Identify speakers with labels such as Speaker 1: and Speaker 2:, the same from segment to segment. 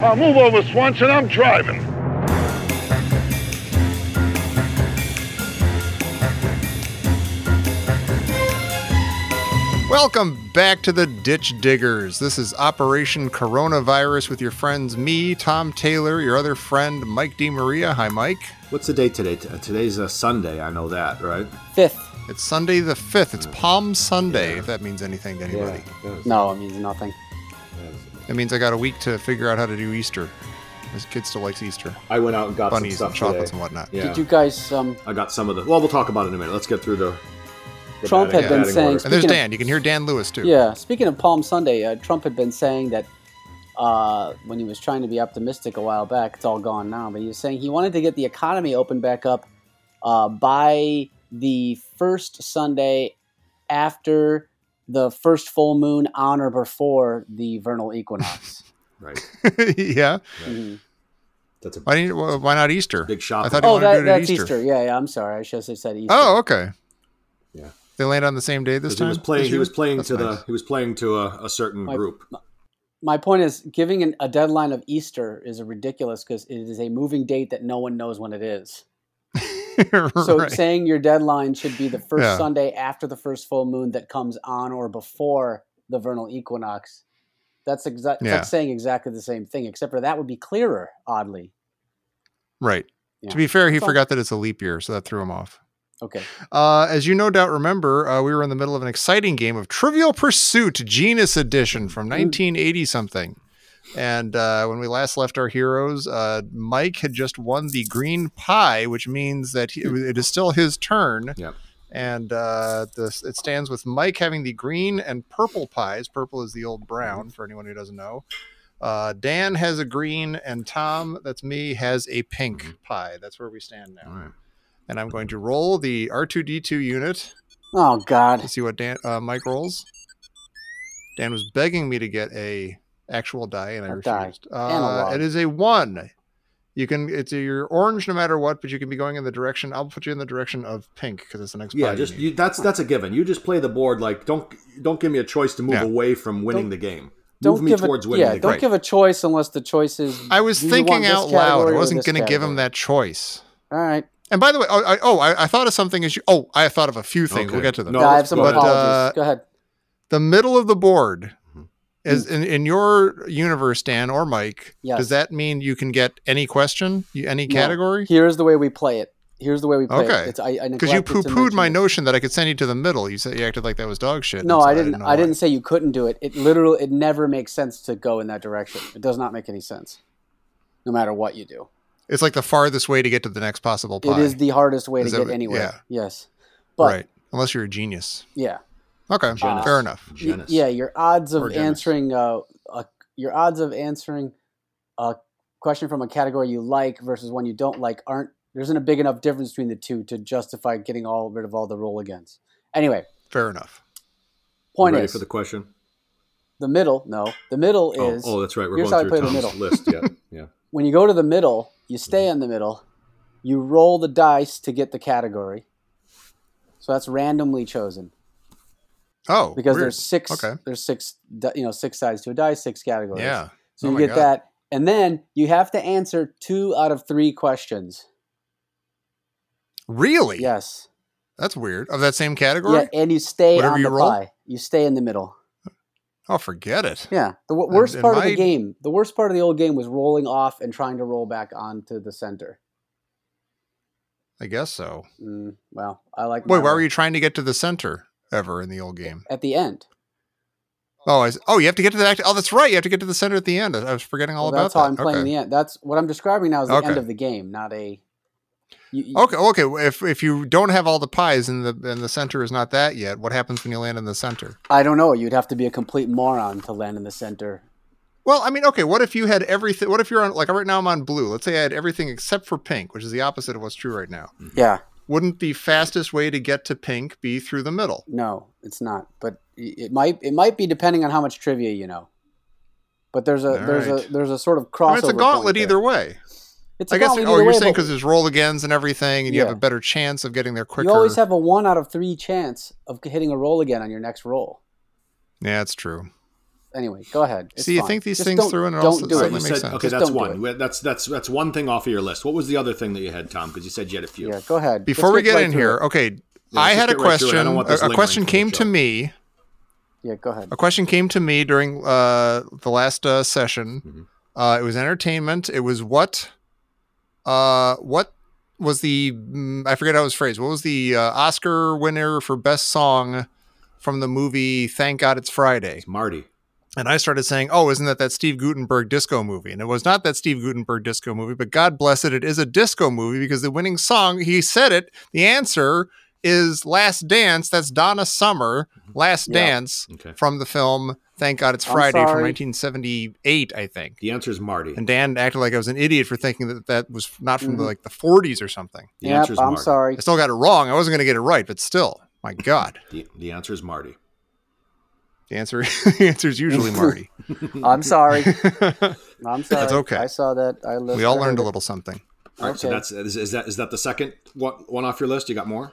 Speaker 1: I'll move over, Swanson. I'm driving.
Speaker 2: Welcome back to the Ditch Diggers. This is Operation Coronavirus with your friends me, Tom Taylor, your other friend Mike DiMaria. Hi, Mike.
Speaker 3: What's the date today? T- uh, Today's a Sunday. I know that, right?
Speaker 4: Fifth.
Speaker 2: It's Sunday the 5th. It's Palm Sunday, if that means anything to anybody.
Speaker 4: No, it means nothing.
Speaker 2: That means I got a week to figure out how to do Easter. This kid still likes Easter.
Speaker 3: I went out and got
Speaker 2: Bunnies
Speaker 3: some
Speaker 2: and
Speaker 3: stuff
Speaker 2: chocolates
Speaker 3: today.
Speaker 2: and whatnot.
Speaker 3: Yeah.
Speaker 4: Did you guys? Um,
Speaker 3: I got some of the. Well, we'll talk about it in a minute. Let's get through the. the
Speaker 4: Trump
Speaker 3: batting-
Speaker 4: had been
Speaker 3: batting
Speaker 4: saying-
Speaker 3: order.
Speaker 2: And there's
Speaker 4: Speaking of-
Speaker 2: Dan. You can hear Dan Lewis, too.
Speaker 4: yeah. Speaking of Palm Sunday, uh, Trump had been saying that uh, when he was trying to be optimistic a while back. It's all gone now, but he was saying he wanted to get the economy open back up uh, by the first Sunday after the first full moon on or before the vernal equinox.
Speaker 3: Right.
Speaker 2: yeah.
Speaker 4: Mhm.
Speaker 3: That's a
Speaker 2: Why, didn't, why why not Easter?
Speaker 3: big shop.
Speaker 2: I thought he
Speaker 4: Oh,
Speaker 2: wanted to
Speaker 4: that,
Speaker 2: do it at
Speaker 4: that's
Speaker 2: Easter.
Speaker 4: Easter. Yeah, yeah. I'm sorry. I should have said Easter.
Speaker 2: Oh, okay.
Speaker 3: Yeah.
Speaker 2: They land on the same day this
Speaker 3: 'Cause
Speaker 2: time.
Speaker 3: he was playing.
Speaker 2: this
Speaker 3: He was
Speaker 2: year?
Speaker 3: playing
Speaker 2: That's
Speaker 3: to
Speaker 2: nice.
Speaker 3: the. He was playing to a, a certain
Speaker 4: My-
Speaker 3: group.
Speaker 4: my point is giving an, a deadline of Easter is ridiculous because it is a moving date that no one knows when it is. So
Speaker 2: Right.
Speaker 4: saying your deadline should be the first
Speaker 2: Yeah.
Speaker 4: Sunday after the first full moon that comes on or before the vernal equinox. That's exactly
Speaker 2: Yeah.
Speaker 4: like saying exactly the same thing, except for that would be clearer, oddly.
Speaker 2: Right.
Speaker 4: Yeah.
Speaker 2: To be fair, he
Speaker 4: So-
Speaker 2: forgot that it's a leap year, so that threw him off.
Speaker 4: Okay.
Speaker 2: Uh, as you no doubt remember, uh, we were in the middle of an exciting game of Trivial Pursuit Genius Edition from 1980 something. And uh, when we last left our heroes, uh, Mike had just won the green pie, which means that he, it is still his turn.
Speaker 3: Hmm. Yep.
Speaker 2: And uh, this, it stands with Mike having the green and purple pies. Purple is the old
Speaker 3: Hmm.
Speaker 2: brown, for anyone who doesn't know. Uh, Dan has a green, and Tom, that's me, has a pink pie. That's where we stand now
Speaker 3: Hmm. All right.
Speaker 2: and I'm going to roll the R2D2 unit
Speaker 4: Oh
Speaker 2: to
Speaker 4: God.
Speaker 2: see what Dan uh, Mike rolls. Dan was begging me to get a actual die, and I
Speaker 4: A die.
Speaker 2: refused. Uh,
Speaker 4: Analog.
Speaker 2: it is a one. You can it's a, you're orange no matter what, but you can be going in the direction. I'll put you in the direction of pink because it's the next.
Speaker 3: Yeah,
Speaker 2: pie
Speaker 3: just
Speaker 2: you need.
Speaker 3: you, that's that's a given. You just play the board like don't don't give me a choice to move
Speaker 2: Yeah.
Speaker 3: away from winning
Speaker 4: Don't-
Speaker 3: the game.
Speaker 4: Don't
Speaker 3: move me
Speaker 4: give
Speaker 3: towards
Speaker 4: a,
Speaker 3: winning
Speaker 4: yeah,
Speaker 3: the
Speaker 4: don't
Speaker 3: game.
Speaker 4: give a choice unless the choice is
Speaker 2: I was
Speaker 4: do you want
Speaker 2: thinking
Speaker 4: this
Speaker 2: out loud. I
Speaker 4: category or
Speaker 2: wasn't
Speaker 4: this
Speaker 2: going to give him
Speaker 4: category?
Speaker 2: that choice.
Speaker 4: All right.
Speaker 2: And by the way, oh, I, oh, I, I thought of something as you. Oh, I thought of a few things. We'll
Speaker 3: Okay.
Speaker 2: get to them.
Speaker 3: No,
Speaker 4: Yeah, I
Speaker 3: let's
Speaker 4: have some
Speaker 3: go
Speaker 2: ahead.
Speaker 4: apologies.
Speaker 2: But, uh,
Speaker 4: go ahead.
Speaker 2: the middle of the board is in, in your universe dan or mike
Speaker 4: Yes.
Speaker 2: does that mean you can get any question you- any
Speaker 4: No.
Speaker 2: category
Speaker 4: Here's the way we play it. Here's the way we play
Speaker 2: Okay.
Speaker 4: it. It's, I, I
Speaker 2: because you
Speaker 4: neglected to
Speaker 2: poo-pooed
Speaker 4: mention
Speaker 2: my
Speaker 4: it.
Speaker 2: notion that i could send you to the middle you said you acted like that was dog shit
Speaker 4: No,
Speaker 2: and so
Speaker 4: I didn't.
Speaker 2: know
Speaker 4: I
Speaker 2: why.
Speaker 4: didn't say you couldn't do it. It literally, it never makes sense to go in that direction. It does not make any sense, no matter what you do.
Speaker 2: it's like the farthest way to get to the next possible pie
Speaker 4: It is the hardest way
Speaker 2: Is
Speaker 4: to
Speaker 2: that
Speaker 4: get
Speaker 2: what-
Speaker 4: anywhere. Yes, but
Speaker 2: right unless you're a genius
Speaker 4: yeah,
Speaker 2: okay
Speaker 3: Genius.
Speaker 2: fair enough
Speaker 4: Y-
Speaker 3: Genus.
Speaker 4: yeah. Your odds
Speaker 2: Or
Speaker 4: of
Speaker 2: Dennis.
Speaker 4: answering uh, a your odds of answering a question from a category you like versus one you don't like aren't there isn't a big enough difference between the two to justify getting all rid of all the roll against. Anyway,
Speaker 2: fair enough
Speaker 3: You
Speaker 4: point
Speaker 3: ready
Speaker 4: is
Speaker 3: for the
Speaker 4: the-,
Speaker 3: question?
Speaker 4: middle. No, the middle
Speaker 3: Oh,
Speaker 4: is
Speaker 3: oh, that's right. We're
Speaker 4: here's
Speaker 3: going
Speaker 4: how I
Speaker 3: through
Speaker 4: play the
Speaker 3: Tom's list. Yeah, yeah.
Speaker 4: when you go to the middle, you stay in the middle. You roll the dice to get the category. So that's randomly chosen
Speaker 2: oh
Speaker 4: because
Speaker 2: weird.
Speaker 4: there's six.
Speaker 2: Okay.
Speaker 4: There's six. di- You know, six sides to a die, six categories.
Speaker 2: yeah
Speaker 4: So
Speaker 2: Oh
Speaker 4: you
Speaker 2: my
Speaker 4: get
Speaker 2: God.
Speaker 4: that, and then you have to answer two out of three questions.
Speaker 2: really
Speaker 4: Yes.
Speaker 2: that's weird of that same category
Speaker 4: Yeah, and you stay
Speaker 2: Whatever
Speaker 4: on
Speaker 2: you
Speaker 4: the
Speaker 2: roll?
Speaker 4: pie. You stay in the middle.
Speaker 2: oh forget it
Speaker 4: Yeah. The w- worst
Speaker 2: and
Speaker 4: part of
Speaker 2: my-
Speaker 4: the game. The worst part of the old game was rolling off and trying to roll back onto the center.
Speaker 2: i guess so
Speaker 4: Mm, well, I like.
Speaker 2: wait
Speaker 4: my
Speaker 2: why
Speaker 4: roll.
Speaker 2: were you trying to get to the center ever in the old game
Speaker 4: at the end?
Speaker 2: Oh, I, s- oh, you have to get to the act. Oh, that's right. You have to get to the center at the end. I, I was forgetting all
Speaker 4: Well,
Speaker 2: about
Speaker 4: that's how
Speaker 2: that.
Speaker 4: I'm playing
Speaker 2: okay.
Speaker 4: the end. That's what I'm describing now is the
Speaker 2: Okay. Oh.
Speaker 4: end of the game, not a. You, you-
Speaker 2: Okay, okay. well, If if you don't have all the pies and the and the center is not that yet, what happens when you land in the center?
Speaker 4: I don't know. You'd have to be a complete moron to land in the center.
Speaker 2: Well, I mean, okay. What if you had everything? What if you're on like right now? I'm on blue. Let's say I had everything except for pink, which is the opposite of what's true right now.
Speaker 4: Yeah.
Speaker 2: Wouldn't the fastest way to get to pink be through the middle?
Speaker 4: No, it's not. But i- it might. It might be depending on how much trivia you know. But there's a
Speaker 2: All
Speaker 4: there's
Speaker 2: right.
Speaker 4: a there's a sort of
Speaker 2: I
Speaker 4: crossover.
Speaker 2: mean, it's a gauntlet either way.
Speaker 4: It's a
Speaker 2: I guess.
Speaker 4: gauntlet
Speaker 2: Oh,
Speaker 4: either
Speaker 2: you're
Speaker 4: way,
Speaker 2: saying
Speaker 4: but
Speaker 2: because there's roll agains and everything, and you
Speaker 4: Yeah.
Speaker 2: have a better chance of getting there quicker.
Speaker 4: you always have a one out of three chance of hitting a roll again on your next roll.
Speaker 2: yeah, that's true.
Speaker 4: anyway, go ahead. It's
Speaker 2: See, you
Speaker 4: fine.
Speaker 2: think these
Speaker 4: Just
Speaker 2: things
Speaker 4: don't-
Speaker 2: through, and it
Speaker 4: don't
Speaker 2: also
Speaker 4: do it.
Speaker 2: suddenly
Speaker 3: You
Speaker 2: makes
Speaker 3: said-
Speaker 2: sense.
Speaker 3: Okay,
Speaker 4: Just
Speaker 3: that's
Speaker 4: don't do
Speaker 3: one. That's that's that's one thing off of your list. What was the other thing that you had, Tom? Because you said you had a few.
Speaker 4: Yeah, go ahead.
Speaker 2: Before
Speaker 4: Let's
Speaker 2: we get
Speaker 4: right
Speaker 2: in
Speaker 4: through
Speaker 2: here,
Speaker 4: it.
Speaker 2: okay,
Speaker 3: Yeah,
Speaker 2: I
Speaker 3: let's
Speaker 2: had a
Speaker 3: get right through it. I
Speaker 2: question.
Speaker 3: don't want this
Speaker 2: a, a
Speaker 3: lingering
Speaker 2: question
Speaker 3: for the
Speaker 2: came to
Speaker 3: show.
Speaker 2: me.
Speaker 4: yeah, go ahead.
Speaker 2: A question came to me during uh, the last uh, session.
Speaker 3: Mhm.
Speaker 2: Uh, it was entertainment. It was what? Uh, what was the? mm, I forget how it was phrased. What was the uh, Oscar winner for best song from the movie Thank God It's Friday?
Speaker 3: It's Marty.
Speaker 2: And I started saying, "Oh, isn't that that Steve Gutenberg disco movie?" And it was not that Steve Gutenberg disco movie, but God bless it, it is a disco movie because the winning song, he said it. The answer is "Last Dance." That's Donna Summer, "Last
Speaker 4: Mm-hmm. Yeah.
Speaker 2: Dance"
Speaker 3: Okay.
Speaker 2: from the film "Thank God It's
Speaker 4: I'm
Speaker 2: Friday" from
Speaker 4: sorry.
Speaker 2: 1978, I think.
Speaker 3: The answer is Marty.
Speaker 2: And Dan acted like I was an idiot for thinking that that was not from the,
Speaker 4: Mhm.
Speaker 2: like the 40s or something.
Speaker 3: The
Speaker 4: yep,
Speaker 3: answer is
Speaker 4: I'm
Speaker 3: Marty.
Speaker 2: I
Speaker 4: sorry.
Speaker 2: still got it wrong. I wasn't going to get it right, but still, my God,
Speaker 3: The, the answer is Marty.
Speaker 2: the answer the answer is usually Marty.
Speaker 4: I'm sorry. I'm sorry.
Speaker 2: That's okay.
Speaker 4: I saw that. I listened.
Speaker 2: we all learned a little something.
Speaker 3: All right. So
Speaker 4: Okay.
Speaker 3: that's is, is that is that the second one, one off your list? You got more?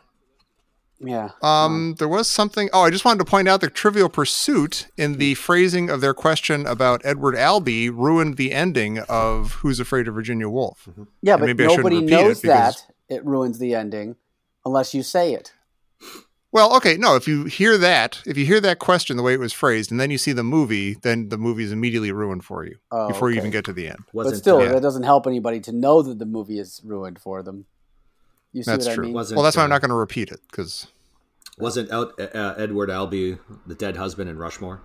Speaker 4: Yeah.
Speaker 2: Um, there was something. Oh, I just wanted to point out that Trivial Pursuit, in
Speaker 4: Hmm.
Speaker 2: the phrasing of their question about Edward Albee, ruined the ending of Who's Afraid of Virginia Woolf.
Speaker 4: Yeah,
Speaker 2: and
Speaker 4: but
Speaker 2: maybe I shouldn't
Speaker 4: nobody
Speaker 2: repeat it
Speaker 4: knows
Speaker 2: because-
Speaker 4: that it ruins the ending unless you say it.
Speaker 2: Well, okay, no. If you hear that, if you hear that question the way it was phrased, and then you see the movie, then the movie is immediately ruined for you
Speaker 4: Oh,
Speaker 2: before you
Speaker 4: okay.
Speaker 2: even get to the end.
Speaker 4: But
Speaker 3: Wasn't uh,
Speaker 4: still,
Speaker 2: yeah.
Speaker 4: that doesn't help anybody to know that the movie is ruined for them. You see
Speaker 2: That's
Speaker 4: what
Speaker 2: true.
Speaker 4: I mean?
Speaker 3: wasn't,
Speaker 2: Well, that's why I'm
Speaker 3: uh,
Speaker 2: not going to repeat it because
Speaker 3: Wasn't out, uh, uh, Edward Albee the dead husband in Rushmore?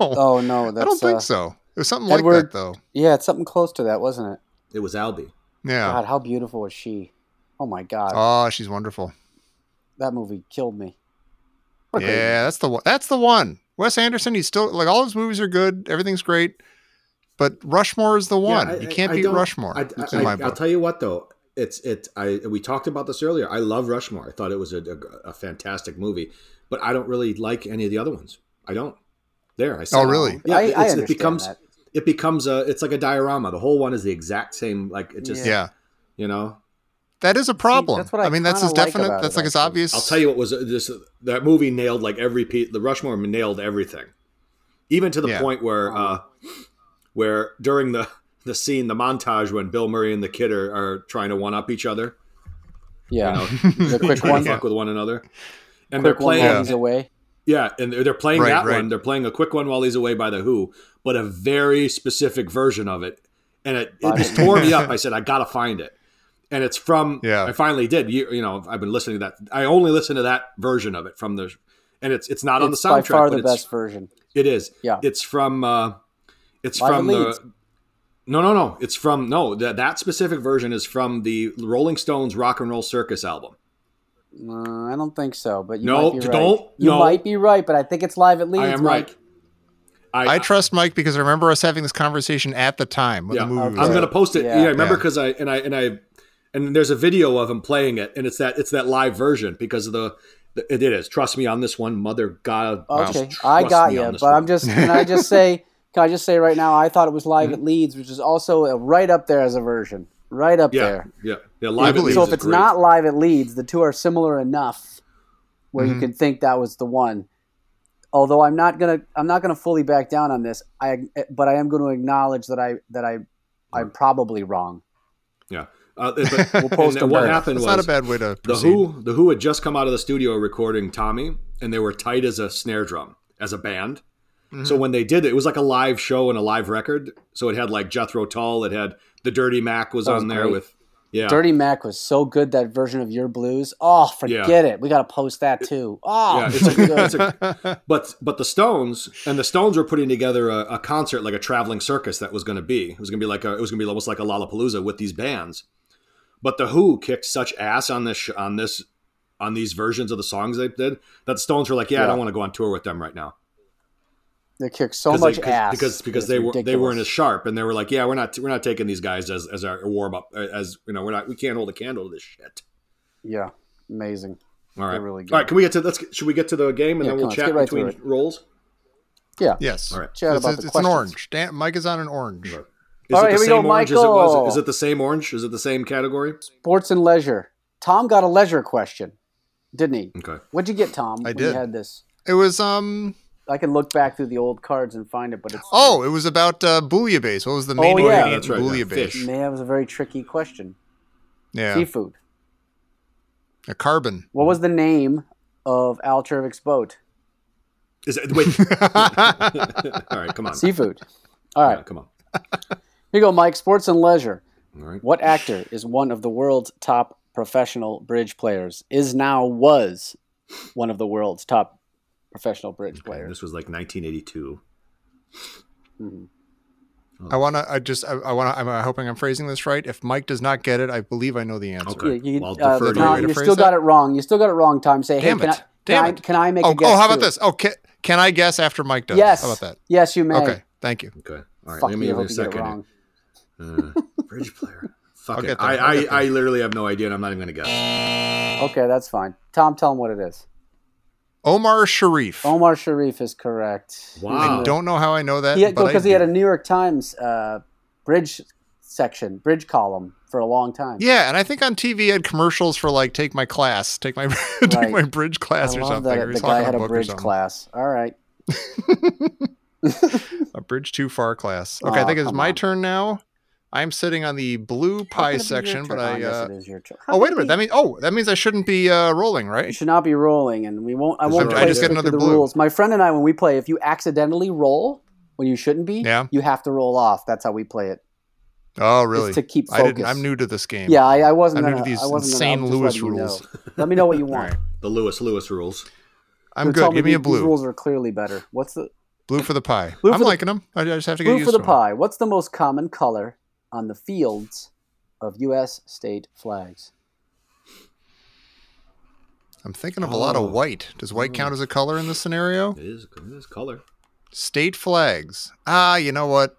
Speaker 4: Oh no, that's
Speaker 2: I don't think
Speaker 4: uh,
Speaker 2: so. It was something like
Speaker 4: Edward-
Speaker 2: that, though.
Speaker 4: Yeah, it's something close to that, wasn't it?
Speaker 3: It was Albee.
Speaker 2: Yeah.
Speaker 4: God, how beautiful is she? Oh my God,
Speaker 2: Oh, she's wonderful.
Speaker 4: that movie killed me. What a great
Speaker 2: Yeah, that's the one. That's the one. Wes Anderson, he's still like all his movies are good. Everything's great, but Rushmore is the one.
Speaker 3: Yeah, I-
Speaker 2: you can't
Speaker 3: I- I
Speaker 2: beat
Speaker 3: don't-
Speaker 2: Rushmore.
Speaker 3: I,
Speaker 2: It's
Speaker 3: I,
Speaker 2: in my
Speaker 3: will
Speaker 2: book.
Speaker 3: tell you what, though, it's it. I we talked about this earlier. I love Rushmore. I thought it was a, a, a fantastic movie, but I don't really like any of the other ones. I don't. There, I said.
Speaker 2: oh,
Speaker 3: it.
Speaker 2: really?
Speaker 3: Yeah,
Speaker 4: I,
Speaker 3: it's-
Speaker 4: I
Speaker 3: it
Speaker 4: understand
Speaker 3: becomes-
Speaker 4: that.
Speaker 3: It becomes a. It's like a diorama. The whole one is the exact same. Like it just.
Speaker 2: Yeah.
Speaker 4: Yeah.
Speaker 3: You know.
Speaker 2: that is a problem.
Speaker 4: that's what I
Speaker 2: mean, that's his
Speaker 4: kinda like
Speaker 2: definite.
Speaker 4: about
Speaker 2: that's
Speaker 4: it,
Speaker 2: like it's
Speaker 4: actually.
Speaker 2: obvious.
Speaker 3: I'll tell you what was this. That movie nailed like every piece. The Rushmore nailed everything, even to the
Speaker 2: Yeah.
Speaker 3: point where, uh, where during the the scene, the montage when Bill Murray and the kid are, are trying to one up each other,
Speaker 4: Yeah,
Speaker 2: you know,
Speaker 4: the quick
Speaker 3: trying
Speaker 4: one,
Speaker 3: to fuck with one another, and they're
Speaker 4: quick one
Speaker 3: playing.
Speaker 4: while he's away.
Speaker 3: Yeah, and they're, they're playing
Speaker 2: Right,
Speaker 3: that
Speaker 2: right.
Speaker 3: one. They're playing a quick one while he's away by the Who, but a very specific version of it, and it, it just
Speaker 4: Fine.
Speaker 3: tore me up. I said, I gotta find it, and it's from.
Speaker 2: Yeah.
Speaker 3: I finally did. You, you know, I've been listening to that. I only listen to that version of it from the, and it's it's not on the
Speaker 4: It's by
Speaker 3: soundtrack.
Speaker 4: far the
Speaker 3: but it's,
Speaker 4: best version.
Speaker 3: It is.
Speaker 4: Yeah.
Speaker 3: It's from. Uh, it's
Speaker 4: Live
Speaker 3: from
Speaker 4: at
Speaker 3: the.
Speaker 4: Leeds.
Speaker 3: No, no, no. It's from no. That that specific version is from the Rolling Stones Rock and Roll Circus album.
Speaker 4: Uh, I don't think so, but you
Speaker 3: No,
Speaker 4: might be right.
Speaker 3: don't-
Speaker 4: You
Speaker 3: no.
Speaker 4: might be right, but I think it's live at Leeds.
Speaker 3: I am
Speaker 4: Mike.
Speaker 3: right.
Speaker 2: I trust Mike because I remember us having this conversation at the time when
Speaker 3: Yeah.
Speaker 2: the movie
Speaker 4: Okay.
Speaker 2: was.
Speaker 3: I'm
Speaker 2: out.
Speaker 3: gonna post it.
Speaker 4: Yeah.
Speaker 3: Yeah, I remember
Speaker 2: Yeah.
Speaker 3: because I and I and I and there's a video of him playing it, and it's that it's that live version because of the, the it is. Trust me on this one, mother God.
Speaker 4: Okay,
Speaker 3: just
Speaker 4: I
Speaker 3: trust
Speaker 4: got
Speaker 3: me
Speaker 4: you,
Speaker 3: on
Speaker 4: but
Speaker 3: this one.
Speaker 4: I'm just can I just say can I just say right now I thought it was live at Leeds, which is also uh, right up there as a version, right up
Speaker 3: yeah,
Speaker 4: there.
Speaker 3: yeah, yeah. Live at
Speaker 2: believe
Speaker 3: Leeds
Speaker 4: so
Speaker 3: is
Speaker 4: if it's
Speaker 3: great.
Speaker 4: not live at Leeds, the two are similar enough where you could think that was the one. Although I'm not gonna I'm not gonna fully back down on this, I but I am going to acknowledge that I that I I'm probably wrong.
Speaker 3: yeah, uh, but,
Speaker 2: We'll
Speaker 3: and
Speaker 4: post
Speaker 3: then
Speaker 4: them
Speaker 3: what
Speaker 4: both.
Speaker 3: happened
Speaker 2: That's
Speaker 3: was
Speaker 2: not a bad way to
Speaker 3: the
Speaker 2: proceed.
Speaker 3: Who the Who had just come out of the studio recording Tommy, and they were tight as a snare drum as a band.
Speaker 2: Mm-hmm.
Speaker 3: So when they did it, it was like a live show and a live record. So it had like Jethro Tull, it had the Dirty Mac was,
Speaker 4: That was
Speaker 3: on there
Speaker 4: great.
Speaker 3: with yeah.
Speaker 4: Dirty Mac was so good that version of your blues. Oh, forget it. We gotta post that too. Oh,
Speaker 3: Yeah, it's
Speaker 4: so
Speaker 3: a-
Speaker 4: good.
Speaker 3: it's a- but but the Stones and the Stones were putting together a, a concert like a traveling circus that was going to be it was going to be like a, it was going to be almost like a Lollapalooza with these bands. But the Who kicked such ass on this sh- on this on these versions of the songs they did that the Stones were like, yeah, I
Speaker 4: Yeah.
Speaker 3: don't want to go on tour with them right now
Speaker 4: they kicked so
Speaker 3: 'Cause they-
Speaker 4: much ass
Speaker 3: because because
Speaker 4: It's
Speaker 3: they were they weren't
Speaker 4: ridiculous.
Speaker 3: as sharp and they were like, yeah, we're not we're not taking these guys as as our warm up as you know we're not we can't hold a candle to this shit.
Speaker 4: Yeah, amazing.
Speaker 3: All right,
Speaker 4: They're really good.
Speaker 3: all right. Can we get to let's should we get to the game and then
Speaker 4: Yeah, come
Speaker 3: we'll
Speaker 4: on, let's
Speaker 3: chat
Speaker 4: get right
Speaker 3: between
Speaker 4: through it.
Speaker 3: roles?
Speaker 2: yes.
Speaker 3: All right.
Speaker 4: Chat
Speaker 2: It's,
Speaker 4: about
Speaker 2: it's
Speaker 4: the
Speaker 2: an
Speaker 4: questions.
Speaker 2: orange. Dan, Mike is on an orange.
Speaker 3: Right. Is
Speaker 4: All
Speaker 3: it
Speaker 4: right,
Speaker 3: the
Speaker 4: here we
Speaker 3: same
Speaker 4: go,
Speaker 3: orange as it was?
Speaker 4: Michael.
Speaker 3: Is it the same orange? Is it the same category?
Speaker 4: Sports and leisure. Tom got a leisure question, didn't he?
Speaker 3: Okay.
Speaker 4: What'd you get, Tom?
Speaker 2: I
Speaker 4: when
Speaker 2: did.
Speaker 4: You had this.
Speaker 2: It was um
Speaker 4: I could look back through the old cards and find it, but it's
Speaker 2: Oh, it was about uh, bouillabaisse. What was the main
Speaker 4: Oh,
Speaker 2: ingredient?
Speaker 4: yeah,
Speaker 2: in
Speaker 3: that's right, yeah,
Speaker 2: Bouillabaisse.
Speaker 3: fish.
Speaker 4: man, that was a very tricky question.
Speaker 2: Yeah,
Speaker 4: Seafood.
Speaker 2: a carbon.
Speaker 4: What was the name of Al Chervik's boat?
Speaker 3: Is it, wait. All right, come on.
Speaker 4: Seafood. All
Speaker 3: All
Speaker 4: right,
Speaker 3: right, come on.
Speaker 4: here you go, Mike. Sports and leisure.
Speaker 3: All right.
Speaker 4: What actor is one of the world's top professional bridge players? Is now was one of the world's top professional bridge players.
Speaker 3: This was like 1982.
Speaker 4: Mm-hmm.
Speaker 2: I wanna. I just. I, I wanna. I'm uh, hoping I'm phrasing this right. If Mike does not get it, I believe I know the answer.
Speaker 3: Okay.
Speaker 4: Yeah, you,
Speaker 3: Well,
Speaker 4: uh,
Speaker 3: I'll defer to
Speaker 4: Tom,
Speaker 2: you. Way
Speaker 4: you
Speaker 2: to
Speaker 4: still
Speaker 2: phrase
Speaker 4: got
Speaker 2: that.
Speaker 4: it wrong. You still got it wrong, Tom. Say, hey,
Speaker 2: Damn
Speaker 4: can
Speaker 2: it.
Speaker 4: I,
Speaker 2: Damn
Speaker 4: can, I,
Speaker 2: it.
Speaker 4: can I make
Speaker 2: Oh,
Speaker 4: a guess?
Speaker 2: oh, how about
Speaker 4: too?
Speaker 2: this? Oh, can, can I guess after Mike does?
Speaker 4: Yes.
Speaker 2: How about that?
Speaker 4: Yes, you may.
Speaker 2: Okay, thank you.
Speaker 3: Okay. All right.
Speaker 4: Fuck
Speaker 3: let me
Speaker 4: you. I
Speaker 3: give you
Speaker 4: hope
Speaker 3: a
Speaker 4: you get it wrong.
Speaker 3: second. Uh, bridge player. Fuck
Speaker 2: I'll
Speaker 3: it.
Speaker 2: get there,
Speaker 3: I,
Speaker 2: I'll get
Speaker 3: I, I literally have no idea, and I'm not even going to guess.
Speaker 4: Okay, that's fine. Tom, tell him what it is.
Speaker 2: Omar Sharif.
Speaker 4: Omar Sharif is correct.
Speaker 3: Wow.
Speaker 2: I don't know how I know that.
Speaker 4: He
Speaker 2: but I
Speaker 4: because he had
Speaker 2: do.
Speaker 4: a New York Times uh, bridge section, bridge column for a long time.
Speaker 2: Yeah, and I think on TV he had commercials for like take my class, take my take
Speaker 4: Right.
Speaker 2: my bridge class
Speaker 4: I
Speaker 2: or
Speaker 4: love
Speaker 2: something.
Speaker 4: that uh,
Speaker 2: or he
Speaker 4: the
Speaker 2: was
Speaker 4: guy
Speaker 2: talking about
Speaker 4: had a
Speaker 2: book or
Speaker 4: bridge
Speaker 2: something.
Speaker 4: class. All right.
Speaker 2: A bridge too far class. Okay, I
Speaker 4: Aw,
Speaker 2: think it's
Speaker 4: Oh, come
Speaker 2: my
Speaker 4: on.
Speaker 2: turn now. I'm sitting on the blue
Speaker 4: How could
Speaker 2: pie
Speaker 4: it be your
Speaker 2: section,
Speaker 4: turn?
Speaker 2: but
Speaker 4: Oh,
Speaker 2: I.
Speaker 4: yes,
Speaker 2: Uh,
Speaker 4: it is your turn. How
Speaker 2: oh wait a
Speaker 4: could
Speaker 2: minute.
Speaker 4: it be?
Speaker 2: That means oh that means I shouldn't be uh, rolling,
Speaker 4: You
Speaker 2: right?
Speaker 4: should not be rolling, and we won't. I
Speaker 3: Is that
Speaker 4: won't play
Speaker 3: right? I just
Speaker 2: get
Speaker 4: strictly
Speaker 2: another
Speaker 4: the
Speaker 2: blue.
Speaker 4: rules. My friend and I, when we play, if you accidentally roll when you shouldn't be,
Speaker 2: Yeah.
Speaker 4: you have to roll off. That's how we play it.
Speaker 2: Oh really?
Speaker 4: It's to keep
Speaker 2: I
Speaker 4: focus.
Speaker 2: didn't. I'm new to this game.
Speaker 4: Yeah, I, I wasn't.
Speaker 2: I'm new
Speaker 4: gonna,
Speaker 2: to these
Speaker 4: I wasn't
Speaker 2: insane
Speaker 4: gonna, I'm
Speaker 2: Lewis
Speaker 4: just letting you
Speaker 2: rules.
Speaker 4: know. Let me know what you want.
Speaker 3: The Lewis Lewis rules.
Speaker 2: I'm
Speaker 4: You're telling
Speaker 2: good. Give me a
Speaker 4: these- These
Speaker 2: blue.
Speaker 4: rules are clearly better. What's the
Speaker 2: Blue for the pie.
Speaker 4: Blue
Speaker 2: I'm
Speaker 4: for the-
Speaker 2: liking them. I just have to get
Speaker 4: blue
Speaker 2: used
Speaker 4: for the
Speaker 2: to 'em.
Speaker 4: pie? What's the most common color on the fields of U.S. state flags?
Speaker 2: I'm thinking of a lot
Speaker 3: Oh.
Speaker 2: of white. Does white count as a color in this scenario?
Speaker 3: It is, it is color.
Speaker 2: State flags. Ah, you know what?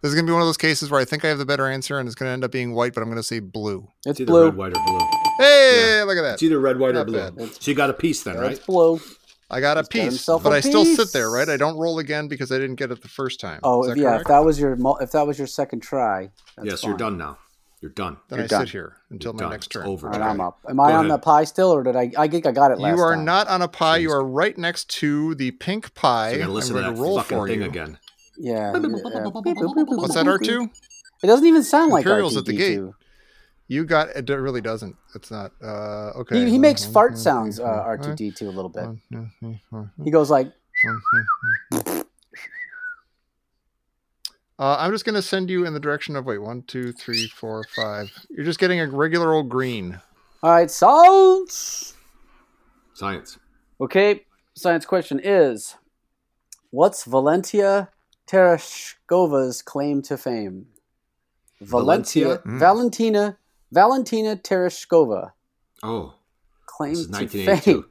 Speaker 2: This is gonna be one of those cases where I think I have the better answer, and it's gonna end up being white, but I'm gonna say blue.
Speaker 4: It's
Speaker 3: either
Speaker 4: blue.
Speaker 3: red, white, or blue.
Speaker 2: Hey, look at that!
Speaker 3: It's either red, white, or
Speaker 2: Not
Speaker 3: blue.
Speaker 2: bad.
Speaker 3: So you got a piece then, right?
Speaker 4: It's blue.
Speaker 2: I got a
Speaker 4: He's got
Speaker 2: piece,
Speaker 4: himself
Speaker 2: but
Speaker 4: a
Speaker 2: I still
Speaker 4: piece.
Speaker 2: sit there, right? I don't roll again because I didn't get it the first time.
Speaker 4: Oh,
Speaker 2: Is
Speaker 4: if,
Speaker 2: that
Speaker 4: yeah. If
Speaker 2: correct?
Speaker 4: that was your mul- if that was your second try, that's
Speaker 3: yes,
Speaker 4: fine.
Speaker 3: you're done now. You're done.
Speaker 2: Then
Speaker 4: You're
Speaker 2: I
Speaker 4: done.
Speaker 2: sit here until
Speaker 3: You're
Speaker 2: my
Speaker 3: done.
Speaker 2: next
Speaker 3: It's
Speaker 2: turn.
Speaker 3: over.
Speaker 4: All right, I'm
Speaker 3: Okay.
Speaker 4: up. Am I
Speaker 3: Go
Speaker 4: on the
Speaker 3: ahead.
Speaker 4: pie still, or did I? I think I got it last
Speaker 2: You are
Speaker 4: time.
Speaker 2: not on a pie. You are right next to the pink pie.
Speaker 3: So you got
Speaker 2: I'm
Speaker 3: to listen to
Speaker 2: going
Speaker 3: that
Speaker 2: to roll
Speaker 3: fucking
Speaker 2: for
Speaker 3: thing
Speaker 2: you.
Speaker 3: again.
Speaker 4: Yeah. yeah.
Speaker 2: What's that, R2?
Speaker 4: It doesn't even sound like
Speaker 2: Imperial's
Speaker 4: R2D2.
Speaker 2: at the gate. You got it. Really doesn't. It's not. Uh, okay.
Speaker 4: He, he makes fart sounds, uh, R2D2, a little bit. He goes like,
Speaker 2: Uh, I'm just going to send you in the direction of wait one, two, three, four, five. You're just getting a regular old green.
Speaker 4: "All right, science."
Speaker 3: Science.
Speaker 4: Okay, science question is, what's Valentia Tereshkova's claim to fame? Valentia,
Speaker 2: Valentia? Mm.
Speaker 4: Valentina, Valentina Tereshkova
Speaker 3: Oh,
Speaker 4: claim
Speaker 3: this is
Speaker 4: to fame.
Speaker 3: 1982.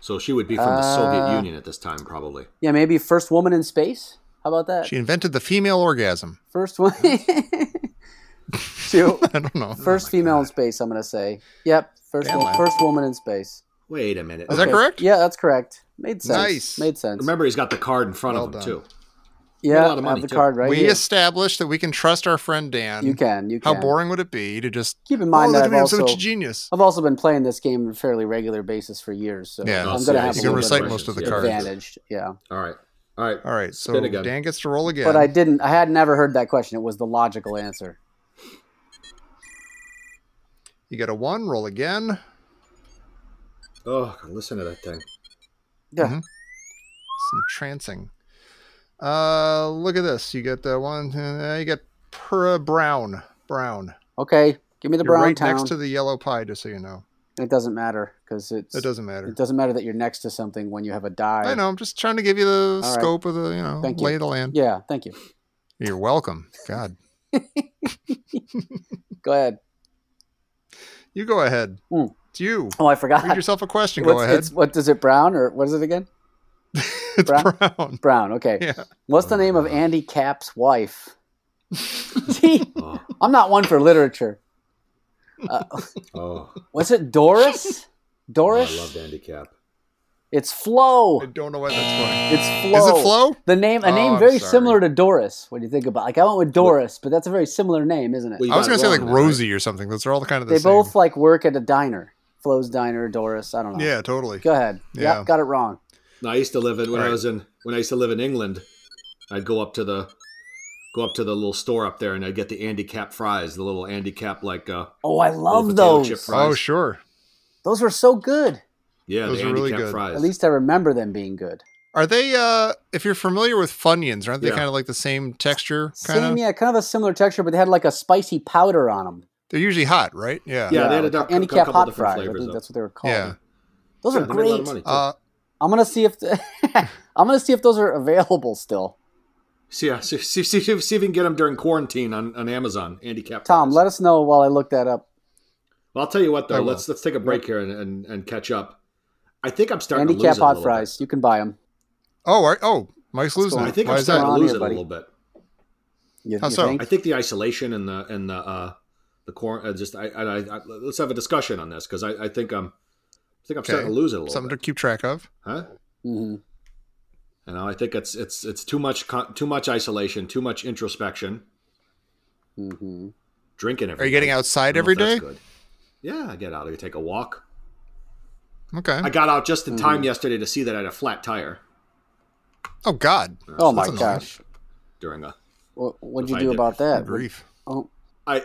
Speaker 3: So she would be from the Soviet
Speaker 4: Uh,
Speaker 3: Union at this time, probably.
Speaker 4: Yeah, maybe first woman in space. How about that?
Speaker 2: She invented the female orgasm.
Speaker 4: First one. She-
Speaker 2: I don't know.
Speaker 4: first female in space. I'm gonna say. Yep. First,
Speaker 2: Oh Damn,
Speaker 4: wo-
Speaker 2: I-
Speaker 4: first woman in space.
Speaker 3: Wait a minute.
Speaker 2: Is that
Speaker 4: Okay.
Speaker 2: correct?
Speaker 4: Yeah, that's correct. Made sense.
Speaker 2: Nice.
Speaker 4: Made sense.
Speaker 3: Remember, he's got the card in front
Speaker 2: Well
Speaker 3: of him
Speaker 2: done.
Speaker 3: too.
Speaker 4: yeah,
Speaker 3: a lot of
Speaker 4: I
Speaker 3: money,
Speaker 4: have the
Speaker 3: too.
Speaker 4: card right
Speaker 2: we
Speaker 4: here.
Speaker 2: established that we can trust our friend Dan.
Speaker 4: you can. You
Speaker 2: How
Speaker 4: can.
Speaker 2: boring would it be to just
Speaker 4: Keep in mind
Speaker 2: oh,
Speaker 4: that
Speaker 2: look at
Speaker 4: I've
Speaker 2: me, I'm
Speaker 4: also
Speaker 2: such a genius.
Speaker 4: I've also been playing this game on a fairly regular basis for years, so
Speaker 2: Yeah.
Speaker 4: I'm
Speaker 3: Oh,
Speaker 4: gonna
Speaker 3: see,
Speaker 4: have
Speaker 2: You
Speaker 4: a
Speaker 2: can
Speaker 4: little
Speaker 2: recite
Speaker 4: bit of
Speaker 2: most of the
Speaker 3: Yeah.
Speaker 2: cards.
Speaker 4: advantage. Yeah,
Speaker 3: All right. All right.
Speaker 2: All right, so
Speaker 3: Spin again.
Speaker 2: Dan gets to roll again.
Speaker 4: but I didn't. I had never heard that question. It was the logical answer.
Speaker 2: You get a one, roll again.
Speaker 3: Oh, listen to that thing.
Speaker 4: Yeah.
Speaker 2: Mhm. It's entrancing. Uh, look at this. You get the one. Uh, you get per brown. Brown.
Speaker 4: Okay, give me the
Speaker 2: You're
Speaker 4: brown
Speaker 2: right
Speaker 4: town.
Speaker 2: next to the yellow pie, just so you know.
Speaker 4: it doesn't matter because it's
Speaker 2: It doesn't matter.
Speaker 4: It doesn't matter that you're next to something when you have a die.
Speaker 2: I know. I'm just trying to give you the
Speaker 4: All right.
Speaker 2: scope of the, you know,
Speaker 4: Thank you.
Speaker 2: lay of the land.
Speaker 4: Yeah, thank you.
Speaker 2: You're welcome. God,
Speaker 4: Go ahead.
Speaker 2: you go ahead.
Speaker 4: Mm.
Speaker 2: It's you.
Speaker 4: Oh, I forgot.
Speaker 2: Read yourself a question.
Speaker 4: What's-
Speaker 2: go ahead.
Speaker 4: It's, what does it brown or what is it again?
Speaker 2: It's
Speaker 4: brown?
Speaker 2: brown.
Speaker 4: Brown. Okay.
Speaker 2: Yeah. Uh.
Speaker 4: What's the name of Andy Cap's wife? See,
Speaker 3: Oh,
Speaker 4: I'm not one for literature. Uh,
Speaker 3: oh,
Speaker 4: was it Doris?
Speaker 3: oh I
Speaker 4: Doris?
Speaker 3: love handicap.
Speaker 4: It's Flo.
Speaker 2: I don't know why that's funny.
Speaker 4: It's Flo.
Speaker 2: Is it Flo?
Speaker 4: The name, a
Speaker 2: Oh,
Speaker 4: name
Speaker 2: I'm
Speaker 4: very
Speaker 2: sorry.
Speaker 4: similar to Doris. When you think about, like, I went with Doris, but that's a very similar name, isn't it?
Speaker 3: Well, you
Speaker 2: I was
Speaker 3: got
Speaker 2: gonna
Speaker 3: it
Speaker 2: say like
Speaker 3: wrong then, right?
Speaker 2: Rosie or something. Those are all kind of the
Speaker 4: they
Speaker 2: same.
Speaker 4: both like work at a diner, Flo's diner, Doris. I don't know.
Speaker 2: Yeah, totally.
Speaker 4: Go ahead.
Speaker 2: Yeah.
Speaker 4: Yep, got it wrong.
Speaker 3: No, I used to live in when I
Speaker 2: Right.
Speaker 3: was in when I used to live in England. I'd go up to the go up to the little store up there, and I'd get the Andy Cap fries, the little Andy Cap like uh,
Speaker 4: Oh, I love
Speaker 3: potato chip
Speaker 4: those.
Speaker 3: fries.
Speaker 2: Oh, sure.
Speaker 4: Those were so good.
Speaker 3: yeah,
Speaker 2: Those
Speaker 3: the
Speaker 2: are
Speaker 3: Andy
Speaker 2: really
Speaker 3: Cap
Speaker 2: good.
Speaker 3: fries.
Speaker 4: At least I remember them being good.
Speaker 2: Are they? uh If you're familiar with Funyuns, aren't they
Speaker 3: Yeah.
Speaker 2: kind of like the same texture? Kind
Speaker 4: Same,
Speaker 2: of.
Speaker 4: yeah, kind of a similar texture, but they had like a spicy powder on them.
Speaker 2: They're usually hot, right? Yeah.
Speaker 3: Yeah. they had a doc-
Speaker 4: handicap
Speaker 3: couple
Speaker 4: hot
Speaker 3: different
Speaker 4: fries. I
Speaker 3: flavors,
Speaker 4: believe
Speaker 3: though.
Speaker 4: that's what they were called.
Speaker 2: Yeah.
Speaker 4: Those
Speaker 3: Yeah,
Speaker 4: are
Speaker 3: they made a lot of
Speaker 4: great.
Speaker 3: money, too.
Speaker 2: Uh,
Speaker 4: I'm gonna see if the, I'm gonna see if those are available still.
Speaker 3: so yeah, see, see, see, see if you can get them during quarantine on, on Amazon. Andy Cap.
Speaker 4: Tom,
Speaker 3: fries.
Speaker 4: let us know while I look that up.
Speaker 3: Well, I'll tell you what
Speaker 2: I
Speaker 3: though.
Speaker 2: will.
Speaker 3: Let's let's take a break here and, and, and catch up. I think I'm starting to
Speaker 4: Handicap
Speaker 3: lose it a
Speaker 4: hot
Speaker 3: little
Speaker 4: fries. You can buy them.
Speaker 2: oh, are, oh, Mike's
Speaker 4: What's
Speaker 2: losing.
Speaker 3: bit.
Speaker 4: going
Speaker 2: it.
Speaker 3: I think
Speaker 2: Why
Speaker 3: I'm
Speaker 2: is that?
Speaker 3: starting to
Speaker 4: on
Speaker 3: lose it
Speaker 4: here,
Speaker 3: a
Speaker 4: buddy?
Speaker 3: little bit.
Speaker 4: You,
Speaker 2: How
Speaker 4: you
Speaker 2: so?
Speaker 4: think?
Speaker 3: I think the isolation and the and the uh, the quar- uh, just I, I, I let's have a discussion on this because I, I think I'm I think I'm starting
Speaker 2: Okay.
Speaker 3: to lose it a little
Speaker 2: Something to
Speaker 3: bit,
Speaker 2: keep track of.
Speaker 3: huh?
Speaker 4: hmm
Speaker 3: You know, I think it's it's it's too much con- too much isolation, too much introspection,
Speaker 4: hmm
Speaker 3: drinking. Every
Speaker 2: Are you getting
Speaker 3: night. I
Speaker 2: outside
Speaker 3: don't know
Speaker 2: every
Speaker 3: if that's
Speaker 2: day?
Speaker 3: Good. Yeah, I get out. I take a walk.
Speaker 2: Okay.
Speaker 3: I got out just in
Speaker 2: Mm-hmm.
Speaker 3: time yesterday to see that I had a flat tire
Speaker 2: Oh God.
Speaker 4: Oh my
Speaker 2: annoying.
Speaker 4: gosh!
Speaker 3: during a.
Speaker 4: What, what'd
Speaker 3: If
Speaker 4: you
Speaker 3: I
Speaker 4: do
Speaker 3: did-
Speaker 4: about that?
Speaker 2: Grief.
Speaker 4: Oh,
Speaker 3: I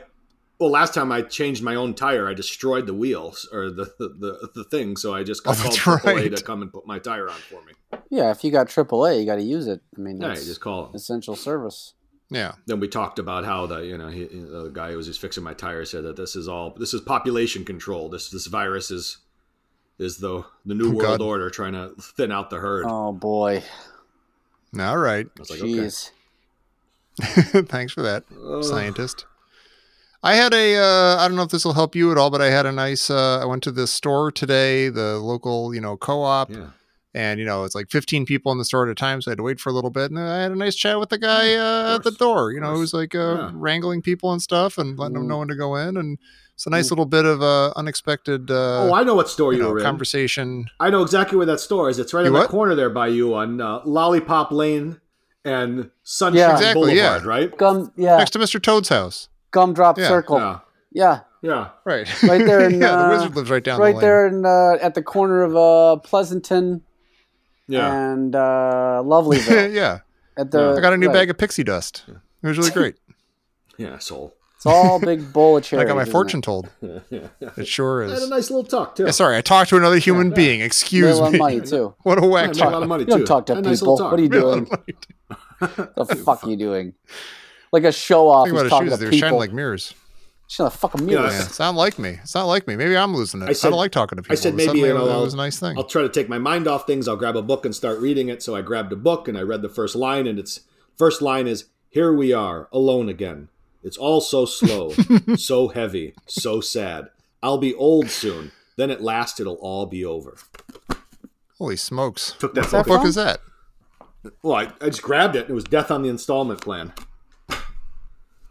Speaker 3: well, last time I changed my own tire, I destroyed the wheels or the the, the thing, so I just got
Speaker 2: Oh,
Speaker 3: called
Speaker 2: that's
Speaker 3: AAA
Speaker 2: right.
Speaker 3: to come and put my tire on for me.
Speaker 4: yeah. If you got AAA, you got to use it. I mean,
Speaker 3: Yeah,
Speaker 4: that's
Speaker 3: you just call.
Speaker 4: essential service.
Speaker 2: Yeah.
Speaker 3: then we talked about how the you know he, the guy who was just fixing my tire said that this is all this is population control. This this virus is is the the new
Speaker 2: Oh,
Speaker 3: world
Speaker 2: God.
Speaker 3: order trying to thin out the herd.
Speaker 4: Oh boy,
Speaker 2: All right.
Speaker 3: I was like,
Speaker 4: jeez.
Speaker 2: Thanks for that,
Speaker 3: okay,
Speaker 2: scientist. I had a. Uh, I don't know if this will help you at all, but I had a nice. Uh, I went to this store today, the local, you know, co-op,
Speaker 3: yeah,
Speaker 2: and you know, it's like 15 people in the store at a time, so I had to wait for a little bit. And I had a nice chat with the guy uh, at the
Speaker 3: course,
Speaker 2: door. You know,
Speaker 3: course.
Speaker 2: who's like uh,
Speaker 3: Yeah.
Speaker 2: wrangling people and stuff, and letting them know when to go in. And it's a nice
Speaker 4: Mm.
Speaker 2: little bit of uh, unexpected. Uh,
Speaker 3: oh, I know what store
Speaker 2: you
Speaker 3: you,
Speaker 2: know,
Speaker 3: were in.
Speaker 2: conversation.
Speaker 3: I know exactly where that store is. It's right
Speaker 2: You
Speaker 3: on the
Speaker 2: what?
Speaker 3: corner there by you on uh, Lollipop Lane and Sunshine
Speaker 4: Yeah.
Speaker 2: Exactly, yeah.
Speaker 3: Boulevard, right?
Speaker 4: Gum, yeah,
Speaker 2: next to Mr. Toad's house.
Speaker 4: gumdrop
Speaker 2: Yeah,
Speaker 4: circle.
Speaker 3: Yeah,
Speaker 4: yeah.
Speaker 3: yeah.
Speaker 2: Right.
Speaker 4: Right there in,
Speaker 2: yeah,
Speaker 4: uh,
Speaker 2: the wizard lives right down the
Speaker 4: right
Speaker 2: lane.
Speaker 4: there in, uh, at the corner of uh, Pleasanton
Speaker 3: Yeah.
Speaker 4: and uh, Lovelyville.
Speaker 2: yeah.
Speaker 4: at the,
Speaker 2: I got a new
Speaker 4: right.
Speaker 2: bag of pixie dust. It was really great.
Speaker 3: Yeah, soul.
Speaker 4: It's all big bowl of
Speaker 2: I
Speaker 4: cherries.
Speaker 2: got my
Speaker 4: isn't it?
Speaker 2: fortune told.
Speaker 3: Yeah, yeah.
Speaker 2: It sure
Speaker 3: I had a
Speaker 2: is.
Speaker 3: nice little talk too.
Speaker 2: Yeah, sorry, I talked to another human being.
Speaker 4: Made
Speaker 2: Excuse
Speaker 4: a lot
Speaker 2: me.
Speaker 4: of money too.
Speaker 2: What a
Speaker 3: I
Speaker 2: whack
Speaker 3: made a
Speaker 2: job.
Speaker 3: lot of money
Speaker 4: You don't
Speaker 3: too.
Speaker 4: talk to
Speaker 3: Had a nice
Speaker 4: people.
Speaker 3: little talk.
Speaker 4: What are you
Speaker 2: Made a lot
Speaker 4: doing?
Speaker 2: of money.
Speaker 4: the fuck are you doing? Like a show off.
Speaker 2: Think about
Speaker 4: He's
Speaker 2: his
Speaker 4: talking
Speaker 2: shoes.
Speaker 4: to
Speaker 2: They were shining
Speaker 4: people.
Speaker 2: like mirrors.
Speaker 4: She's gonna fuck a mirror.
Speaker 2: Yeah, it's not like me. It's not like me. Maybe I'm losing it.
Speaker 3: I
Speaker 2: I,
Speaker 3: said-
Speaker 2: don't like talking to people.
Speaker 3: I said
Speaker 2: but
Speaker 3: maybe,
Speaker 2: suddenly
Speaker 3: you know,
Speaker 2: it
Speaker 3: I'll-
Speaker 2: was a nice thing.
Speaker 3: I'll try to take my mind off things. I'll grab a book and start reading it. So I grabbed a book and I read the first line, and its first line is Here we are, alone again. It's all so slow, so heavy, so sad. I'll be old soon. Then at last it'll all be over.
Speaker 2: Holy smokes.
Speaker 3: Took
Speaker 2: What
Speaker 3: that book.
Speaker 2: book
Speaker 4: from?
Speaker 2: is that?
Speaker 3: Well, I, I just grabbed it. and It was Death on the Installment Plan.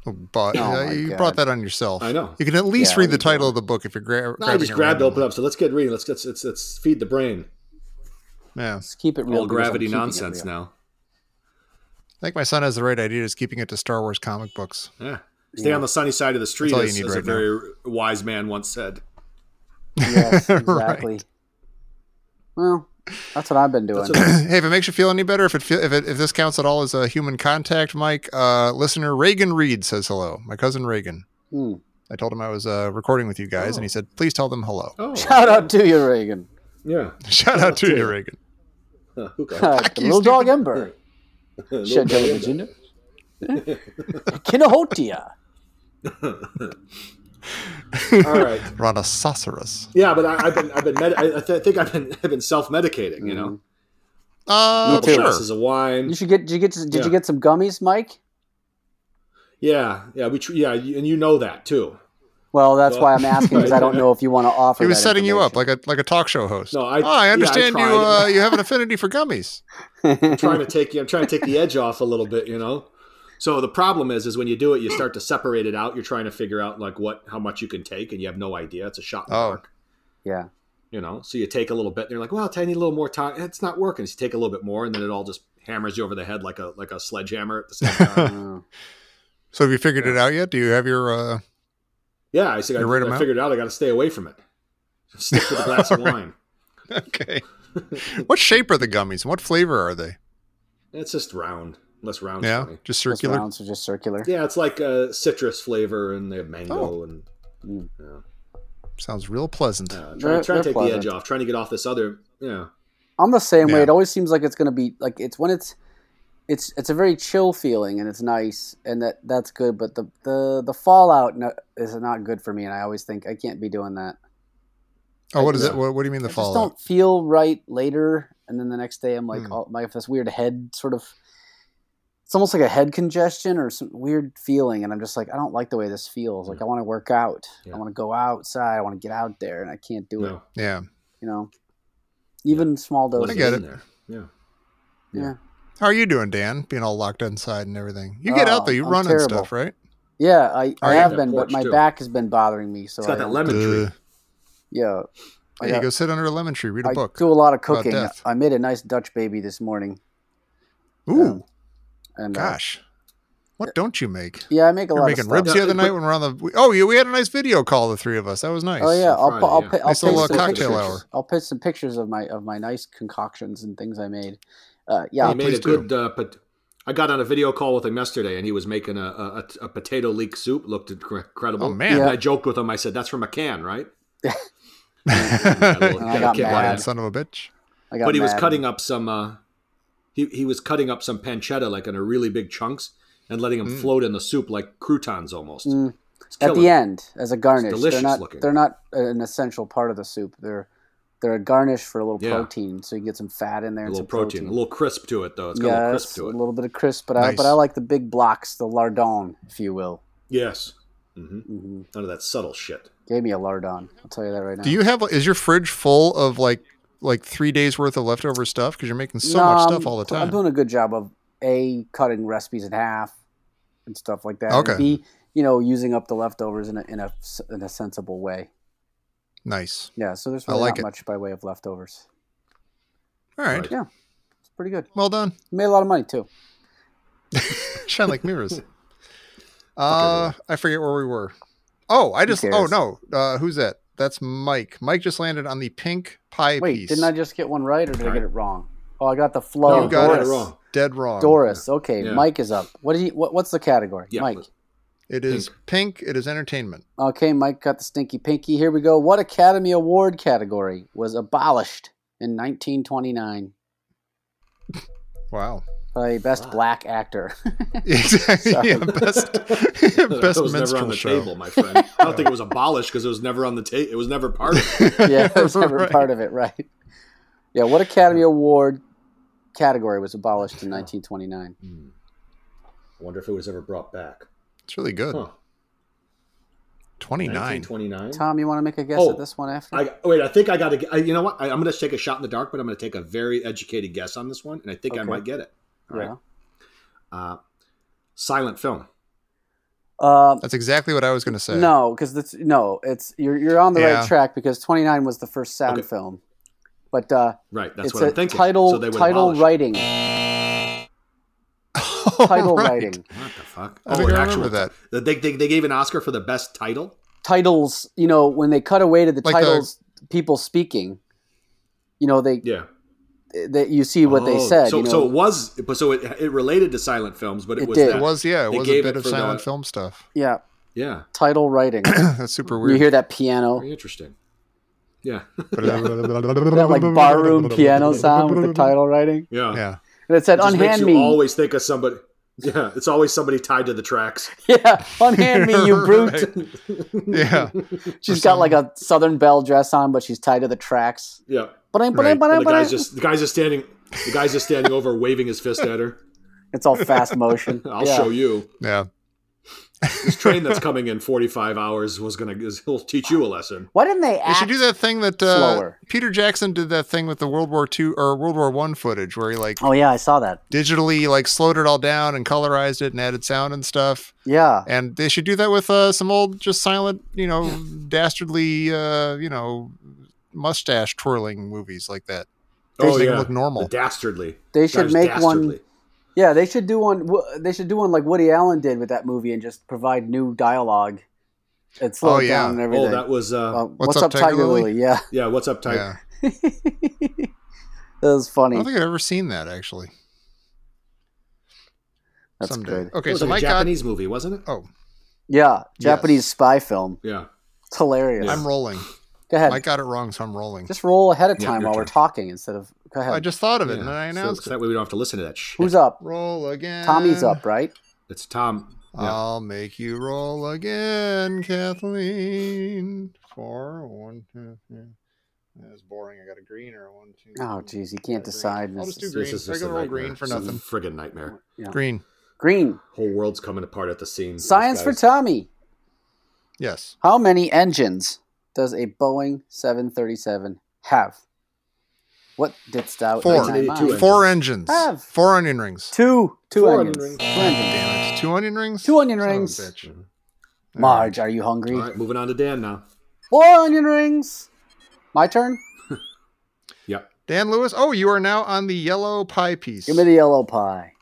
Speaker 2: Oh, but
Speaker 4: Oh,
Speaker 2: uh,
Speaker 4: my
Speaker 2: you
Speaker 4: God.
Speaker 2: brought that on yourself.
Speaker 3: I know.
Speaker 2: You can at least
Speaker 4: Yeah,
Speaker 2: read
Speaker 4: we
Speaker 2: the title of the book if you're gra-
Speaker 3: No,
Speaker 2: grabbing
Speaker 3: I just
Speaker 2: it
Speaker 3: grabbed it,
Speaker 2: randomly.
Speaker 3: open up. So let's get reading. Let's, let's, let's, let's feed the brain.
Speaker 2: Yeah.
Speaker 4: Let's keep it real.
Speaker 3: All
Speaker 4: because I'm
Speaker 3: gravity
Speaker 4: keeping it
Speaker 3: nonsense
Speaker 4: real.
Speaker 3: now.
Speaker 2: I think my son has the right idea. Is keeping it to Star Wars comic books.
Speaker 3: Yeah. Stay on the sunny side of the street,
Speaker 2: all you
Speaker 3: as,
Speaker 2: need
Speaker 3: as a
Speaker 2: right now.
Speaker 3: very wise man once said.
Speaker 4: Yes,
Speaker 2: Right.
Speaker 4: exactly. Well, that's what I've been doing.
Speaker 3: That's what
Speaker 2: hey, if it makes you feel any better, if it feel, if it, if this counts at all as a human contact, Mike, uh, listener Reagan Reed says hello. My cousin Reagan.
Speaker 4: Hmm.
Speaker 2: I told him I was uh, recording with you guys, and he said, "Please tell them hello."
Speaker 3: Oh,
Speaker 4: Shout out to you, Reagan.
Speaker 3: yeah.
Speaker 2: Shout
Speaker 3: Oh,
Speaker 2: out to you, Reagan.
Speaker 3: Huh, hookah.
Speaker 4: the
Speaker 2: you,
Speaker 4: little dog
Speaker 2: stupid.
Speaker 4: Ember.
Speaker 3: Little
Speaker 4: Shed
Speaker 3: bit of
Speaker 4: Virginia. Eh? Kinahotia.
Speaker 3: that. All right.
Speaker 2: Rhinoceros.
Speaker 3: Yeah, but I, I've been, I've been, med- I, I th- think I've been, I've been self-medicating. You know,
Speaker 2: Uh,
Speaker 4: Mm-hmm. Me too.
Speaker 2: sure.
Speaker 3: glasses of
Speaker 4: You
Speaker 3: wine.
Speaker 4: should get. Did you get? Did
Speaker 3: Yeah.
Speaker 4: you get some gummies, Mike?
Speaker 3: Yeah, yeah, we, tr- yeah, you- and you know that too.
Speaker 4: Well, that's
Speaker 3: Well,
Speaker 4: why I'm asking because I don't know if you want to offer.
Speaker 2: He was
Speaker 4: that
Speaker 2: setting you up
Speaker 4: information.
Speaker 2: like a like a talk show host.
Speaker 3: No,
Speaker 2: oh, I
Speaker 3: I- yeah, I
Speaker 2: understand you.
Speaker 3: tried.
Speaker 2: Uh, you have an affinity for gummies.
Speaker 3: I'm trying to take you, I'm trying to take the edge off a little bit. You know, so the problem is, is when you do it, you start to separate it out. You're trying to figure out like what, how much you can take, and you have no idea. It's a shot in the
Speaker 2: Oh.
Speaker 3: dark.
Speaker 4: yeah.
Speaker 3: You know, so you take a little bit, and you're like, well, tiny little more time. It's not working. So you take a little bit more, and then it all just hammers you over the head like a like a sledgehammer at the same time.
Speaker 4: Mm.
Speaker 2: So have you figured it out yet? Do you have your? Uh...
Speaker 3: Yeah, I, said, I,
Speaker 2: You write 'em
Speaker 3: I
Speaker 2: out?
Speaker 3: figured out I got to stay away from it. Stick to the glass of
Speaker 2: All right.
Speaker 3: wine.
Speaker 2: Okay. What shape are the gummies? and What flavor are they?
Speaker 3: It's just round, less round.
Speaker 2: Yeah, just
Speaker 4: Those
Speaker 2: circular.
Speaker 4: rounds are just circular.
Speaker 3: Yeah, it's like a citrus flavor and they have
Speaker 2: Oh.
Speaker 3: mango and
Speaker 4: Mm.
Speaker 3: yeah.
Speaker 2: Sounds real pleasant.
Speaker 3: Uh,
Speaker 4: They're-
Speaker 3: trying, trying
Speaker 4: they're
Speaker 3: to take the edge
Speaker 4: pleasant.
Speaker 3: off, trying to get off this other. Yeah,
Speaker 4: I'm the same way.
Speaker 2: Yeah.
Speaker 4: It always seems like it's going to be like it's when it's it's it's a very chill feeling and it's nice and that that's good. But the the the fallout no, is not good for me, and I always think I can't be doing that.
Speaker 2: Oh, what is
Speaker 3: Yeah.
Speaker 2: it? What, what do you mean the
Speaker 4: I just
Speaker 2: fallout?
Speaker 4: don't feel right later, and then the next day I'm like,
Speaker 2: Hmm.
Speaker 4: oh, my, I have this weird head sort of. It's almost like a head congestion or some weird feeling, and I'm just like, I don't like the way this feels.
Speaker 2: Hmm.
Speaker 4: Like I want to work out,
Speaker 3: Yeah.
Speaker 4: I want to go outside, I want to get out there, and I can't do it.
Speaker 3: no,
Speaker 2: Yeah.
Speaker 4: You know, even small
Speaker 3: What
Speaker 4: doses.
Speaker 2: I
Speaker 3: is
Speaker 2: get
Speaker 3: in
Speaker 2: it.
Speaker 3: There? Yeah,
Speaker 4: Yeah.
Speaker 2: How are you doing, Dan? Being all locked inside and everything. You get
Speaker 4: Oh,
Speaker 2: out there, you
Speaker 4: I'm
Speaker 2: run
Speaker 4: terrible.
Speaker 2: and stuff, right?
Speaker 4: Yeah, I,
Speaker 2: Are
Speaker 4: I
Speaker 2: you-
Speaker 4: have
Speaker 3: Yeah,
Speaker 4: been, but
Speaker 3: porch
Speaker 4: my
Speaker 3: too.
Speaker 4: back has been bothering me. So
Speaker 3: it's got
Speaker 4: I,
Speaker 3: that lemon
Speaker 2: Duh.
Speaker 3: tree.
Speaker 4: yeah, I
Speaker 2: Hey,
Speaker 4: got-
Speaker 2: you go sit under a lemon tree, read a
Speaker 4: I
Speaker 2: book.
Speaker 4: do a lot of cooking.
Speaker 2: death.
Speaker 4: I made a nice Dutch baby this morning, Um,
Speaker 2: Ooh,
Speaker 4: and uh,
Speaker 2: gosh, what don't you make?
Speaker 4: yeah, I make a
Speaker 2: We were
Speaker 4: lot
Speaker 2: making
Speaker 4: of stuff.
Speaker 2: ribs the
Speaker 3: Yeah,
Speaker 2: other
Speaker 3: but-
Speaker 2: night when we we're on the. we- oh, yeah, we had a nice video call, the three of us. That was nice.
Speaker 4: Oh yeah, I'll
Speaker 3: Friday,
Speaker 4: pu- I'll,
Speaker 3: yeah.
Speaker 4: pi- I'll
Speaker 2: Nice
Speaker 4: paste
Speaker 2: little
Speaker 4: some
Speaker 2: cocktail
Speaker 4: pictures.
Speaker 2: hour.
Speaker 4: I'll paste some pictures of my of my nice concoctions and things I made. Uh, yeah,
Speaker 3: he made a
Speaker 2: please do.
Speaker 3: good. Uh, pot- I got on a video call with him yesterday, and he was making a a, a potato leek soup. Looked inc- incredible.
Speaker 2: Oh, man.
Speaker 3: And
Speaker 4: Yeah.
Speaker 3: I joked with him. I said, "That's from a can, right?"
Speaker 2: Blind
Speaker 4: And I got
Speaker 3: kick out of
Speaker 4: mad.
Speaker 3: that.
Speaker 2: son of a bitch.
Speaker 4: I got
Speaker 3: But he was
Speaker 4: mad.
Speaker 3: cutting up some. Uh, he he was cutting up some pancetta like in a really big chunks and letting them
Speaker 2: Mm.
Speaker 3: float in the soup like croutons almost.
Speaker 4: Mm.
Speaker 3: It's
Speaker 4: at the
Speaker 3: killer.
Speaker 4: end as a garnish. They're
Speaker 3: delicious
Speaker 4: not
Speaker 3: looking.
Speaker 4: they're not an essential part of the soup. They're they're a garnish for a little
Speaker 3: Yeah.
Speaker 4: protein, so you get some fat in there.
Speaker 3: a
Speaker 4: and
Speaker 3: little
Speaker 4: some
Speaker 3: protein, a little crisp to it though. It's got a little crisp
Speaker 4: Yes,
Speaker 3: to
Speaker 4: a
Speaker 3: it.
Speaker 4: little bit of crisp, but I
Speaker 2: Nice.
Speaker 4: but I like the big blocks, the lardon, if you will.
Speaker 3: Yes. hmm
Speaker 4: hmm
Speaker 3: None of that subtle shit.
Speaker 4: Gave me a lardon. I'll tell you that right now.
Speaker 2: Do you have? Is your fridge full of like like three days worth of leftover stuff? Because you're making so
Speaker 4: No,
Speaker 2: much
Speaker 4: I'm-
Speaker 2: stuff all the
Speaker 4: Um, I'm
Speaker 2: time.
Speaker 4: doing a good job of a cutting recipes in half and stuff like that.
Speaker 2: Okay.
Speaker 4: And B, you know, using up the leftovers in a in a s- in a sensible way.
Speaker 2: Nice.
Speaker 4: Yeah. So there's
Speaker 2: I
Speaker 4: really
Speaker 2: like
Speaker 4: not
Speaker 2: it.
Speaker 4: much by way of leftovers.
Speaker 2: All right.
Speaker 3: Right.
Speaker 4: It's pretty good.
Speaker 2: Well done.
Speaker 4: Made a lot of money too.
Speaker 2: Shine like mirrors. uh, I forget where we were. Oh, I just. Oh
Speaker 4: cares?
Speaker 2: no. Uh, who's that? That's Mike. Mike just landed on the pink pie
Speaker 4: Wait,
Speaker 2: piece.
Speaker 4: didn't I just get one right, or did I
Speaker 3: Right.
Speaker 4: get it wrong? Oh, I got the flow.
Speaker 2: You got it
Speaker 4: Doris.
Speaker 3: wrong.
Speaker 2: Dead wrong.
Speaker 4: Doris. Okay,
Speaker 3: Yeah.
Speaker 4: Mike is up. What did he? What, what's the category?
Speaker 3: Yeah.
Speaker 4: Mike.
Speaker 2: It is pink. It is entertainment.
Speaker 4: Okay, Mike got the stinky pinky. Here we go. What Academy Award category was abolished in 1929
Speaker 2: Wow.
Speaker 4: by Best
Speaker 3: Wow.
Speaker 4: Black Actor?
Speaker 2: Exactly.
Speaker 4: Sorry.
Speaker 2: Yeah, best
Speaker 3: That
Speaker 2: best
Speaker 3: was never
Speaker 2: minstrel
Speaker 3: on the
Speaker 2: show.
Speaker 3: table, my friend. I don't think it was abolished because it was never on the table. It was never part of it.
Speaker 4: yeah, that was never
Speaker 2: Right.
Speaker 4: part of it, right? Yeah, what Academy Award category was abolished in 1929?
Speaker 3: Hmm. I wonder if it was ever brought back.
Speaker 2: It's really good.
Speaker 3: Huh.
Speaker 2: Twenty nine.
Speaker 3: 1929.
Speaker 4: Tom, you want to make a guess
Speaker 3: Oh,
Speaker 4: at this one after?
Speaker 3: I, wait, I think I got to. You know what? I, I'm going to take a shot in the dark, but I'm going to take a very educated guess on this one, and I think I
Speaker 4: Okay.
Speaker 3: might get it. All right.
Speaker 4: yeah.
Speaker 3: Uh, silent film.
Speaker 4: Um,
Speaker 2: That's exactly what I was going to say.
Speaker 4: No, because it's no, it's you're you're on the
Speaker 2: Yeah.
Speaker 4: right track because 29 was the first sound
Speaker 3: Okay.
Speaker 4: film, but uh,
Speaker 3: Right. That's
Speaker 4: it's
Speaker 3: what
Speaker 4: a
Speaker 3: I'm thinking.
Speaker 4: title
Speaker 3: so they would
Speaker 4: title
Speaker 3: abolish it. Oh,
Speaker 4: writing title
Speaker 2: Right.
Speaker 4: writing
Speaker 3: What the fuck? Oh,
Speaker 2: I think
Speaker 3: an
Speaker 2: I remember that.
Speaker 3: They, they, they gave an Oscar for the best title.
Speaker 4: titles. You know when they cut away to the
Speaker 2: Like the-
Speaker 4: titles, people speaking. You know they
Speaker 3: Yeah.
Speaker 4: that you see what they
Speaker 3: Oh,
Speaker 4: said.
Speaker 3: So,
Speaker 4: you know,
Speaker 3: so it was, but so it, it related to silent films, but it,
Speaker 4: It
Speaker 3: was
Speaker 4: did.
Speaker 3: that.
Speaker 2: It was yeah. It
Speaker 3: They
Speaker 2: was a
Speaker 3: gave
Speaker 2: bit
Speaker 3: it
Speaker 2: of
Speaker 3: for
Speaker 2: silent
Speaker 3: the-
Speaker 2: film stuff.
Speaker 4: yeah,
Speaker 3: yeah,
Speaker 4: title writing.
Speaker 2: That's super
Speaker 4: you
Speaker 2: weird.
Speaker 4: hear that piano,
Speaker 3: very interesting. Yeah,
Speaker 4: that like barroom piano sound with the title writing,
Speaker 3: yeah.
Speaker 2: Yeah.
Speaker 4: and it said
Speaker 3: It just makes
Speaker 4: "Unhand
Speaker 3: you
Speaker 4: me."
Speaker 3: always think of somebody. Yeah, it's always somebody tied to the tracks.
Speaker 4: yeah, unhand me, you brute.
Speaker 2: Right. Yeah.
Speaker 4: She's got like a Southern Belle dress on, but she's tied to the tracks.
Speaker 3: Yeah,
Speaker 4: But I, but I,
Speaker 2: Right.
Speaker 4: but I,
Speaker 3: and the
Speaker 4: but I,
Speaker 3: guy's just the guy's just standing. The guy's just standing over, waving his fist at her.
Speaker 4: it's all fast motion.
Speaker 3: I'll
Speaker 4: Yeah.
Speaker 3: show you.
Speaker 2: Yeah.
Speaker 3: This train that's coming in forty-five hours was gonna. is- He'll teach you a lesson.
Speaker 4: Why didn't they
Speaker 2: They
Speaker 4: act?
Speaker 2: should do that thing that uh,
Speaker 4: slower.
Speaker 2: Peter Jackson did that thing with the World War II or World War One footage where he like
Speaker 4: Oh yeah, I saw that.
Speaker 2: digitally like slowed it all down and colorized it and added sound and stuff.
Speaker 4: Yeah,
Speaker 2: and they should do that with uh, some old just silent you know dastardly uh, you know mustache twirling movies like that
Speaker 4: They
Speaker 2: make
Speaker 3: oh
Speaker 2: them
Speaker 3: yeah,
Speaker 2: look normal
Speaker 3: the dastardly.
Speaker 4: they should
Speaker 3: Guy's
Speaker 4: make one.
Speaker 3: dastardly.
Speaker 4: Yeah, they should do one. w- They should do one like Woody Allen did with that movie, and just provide new dialogue. It's slow
Speaker 2: Oh,
Speaker 4: it
Speaker 2: yeah.
Speaker 4: down and
Speaker 3: Oh,
Speaker 4: everything.
Speaker 3: that was. Uh,
Speaker 4: Uh, what's, up, Tiger, Lily? Yeah,
Speaker 3: yeah, what's up, Tiger?
Speaker 2: yeah
Speaker 4: That was
Speaker 2: I
Speaker 4: funny.
Speaker 2: don't think I've ever seen that actually.
Speaker 4: That's
Speaker 2: Someday.
Speaker 4: good.
Speaker 3: it
Speaker 2: Okay,
Speaker 3: was
Speaker 2: so
Speaker 3: like
Speaker 2: Mike
Speaker 3: a Japanese movie, wasn't it?
Speaker 2: got. Oh,
Speaker 4: Yeah, Japanese spy film.
Speaker 3: Yeah.
Speaker 4: It's hilarious.
Speaker 2: I'm rolling.
Speaker 4: Go ahead.
Speaker 2: Mike got it wrong, so I'm rolling.
Speaker 4: Just roll ahead of
Speaker 3: Yeah,
Speaker 4: time
Speaker 3: your
Speaker 4: while we're
Speaker 3: turn.
Speaker 4: talking instead of. Go ahead.
Speaker 2: I just thought of it and
Speaker 3: Yeah.
Speaker 2: then I
Speaker 3: So-
Speaker 2: announced
Speaker 3: so
Speaker 2: it.
Speaker 3: that way we don't have to listen to that shit.
Speaker 4: Who's up?
Speaker 2: Roll again.
Speaker 4: Tommy's up, right?
Speaker 3: It's Tom. Yeah.
Speaker 2: I'll make you roll again, Kathleen. Four, one, two, three. That's boring. I got a green or a one, two.
Speaker 4: Oh,
Speaker 2: three.
Speaker 4: geez, you
Speaker 2: Green.
Speaker 4: can't decide.
Speaker 2: I'll
Speaker 4: This
Speaker 2: just do
Speaker 4: is-
Speaker 2: green.
Speaker 3: This is just a
Speaker 2: Regular old
Speaker 3: nightmare.
Speaker 2: green for
Speaker 3: Some
Speaker 2: nothing.
Speaker 3: Friggin' nightmare.
Speaker 4: Yeah.
Speaker 2: Green.
Speaker 4: Green.
Speaker 3: Whole world's coming apart at the seams.
Speaker 4: Science
Speaker 3: This
Speaker 4: for
Speaker 3: guy's-
Speaker 4: Tommy.
Speaker 2: Yes.
Speaker 4: How many engines does a Boeing 737 have? What didst thou?
Speaker 2: Four.
Speaker 4: in thy mind?
Speaker 3: 1982 engine.
Speaker 2: Four engines.
Speaker 4: Have.
Speaker 2: Four onion rings.
Speaker 4: Two. Two
Speaker 3: Four
Speaker 4: onions.
Speaker 3: onion rings.
Speaker 4: Two onions.
Speaker 2: Damn it. Two onion rings.
Speaker 4: Two onion
Speaker 2: Son of a
Speaker 4: rings.
Speaker 2: bitch.
Speaker 3: Mhm.
Speaker 4: Marge, are you hungry?
Speaker 3: All right, moving on to Dan now.
Speaker 4: Four onion rings. My turn.
Speaker 3: Yep.
Speaker 2: Dan Lewis. Oh, you are now on the yellow pie piece.
Speaker 4: Give me the yellow pie.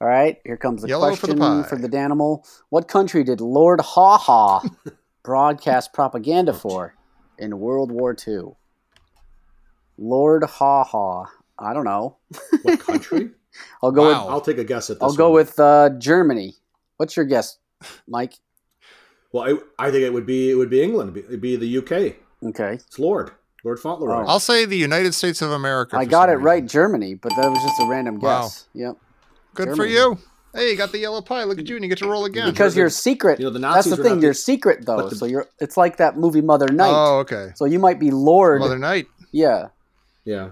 Speaker 4: All right, here comes the
Speaker 2: Yellow for the
Speaker 4: question
Speaker 2: pie.
Speaker 4: for the Danimal. What country did Lord Haw Haw broadcast propaganda for in World War II? Lord Haw Haw. I don't know.
Speaker 3: What country?
Speaker 4: I'll go
Speaker 2: Wow.
Speaker 4: with
Speaker 3: I'll take a guess at this.
Speaker 4: I'll go
Speaker 3: one.
Speaker 4: with uh, Germany. What's your guess, Mike?
Speaker 3: Well, it, I think it would be it would be England. It'd be the UK.
Speaker 4: Okay,
Speaker 3: It's Lord Lord Fauntleroy.
Speaker 4: Oh.
Speaker 2: I'll say the United States of America.
Speaker 4: I
Speaker 2: for
Speaker 4: got
Speaker 2: some
Speaker 4: it
Speaker 2: reason.
Speaker 4: right, Germany, but that was just a random
Speaker 2: Wow.
Speaker 4: guess. Yep.
Speaker 2: Good for
Speaker 4: Germany.
Speaker 2: you. Hey, you got the yellow pie. Look at you, and you get to roll again.
Speaker 4: Because you're secret.
Speaker 3: You know, the
Speaker 4: That's
Speaker 3: Nazis
Speaker 4: the
Speaker 3: were
Speaker 4: thing.
Speaker 3: not
Speaker 4: You're
Speaker 3: the-
Speaker 4: secret though,
Speaker 3: but the-
Speaker 4: so you're. It's like that movie Mother Night.
Speaker 2: Oh, okay.
Speaker 4: So you might be Lord.
Speaker 2: Mother Knight.
Speaker 4: Yeah,
Speaker 3: Yeah.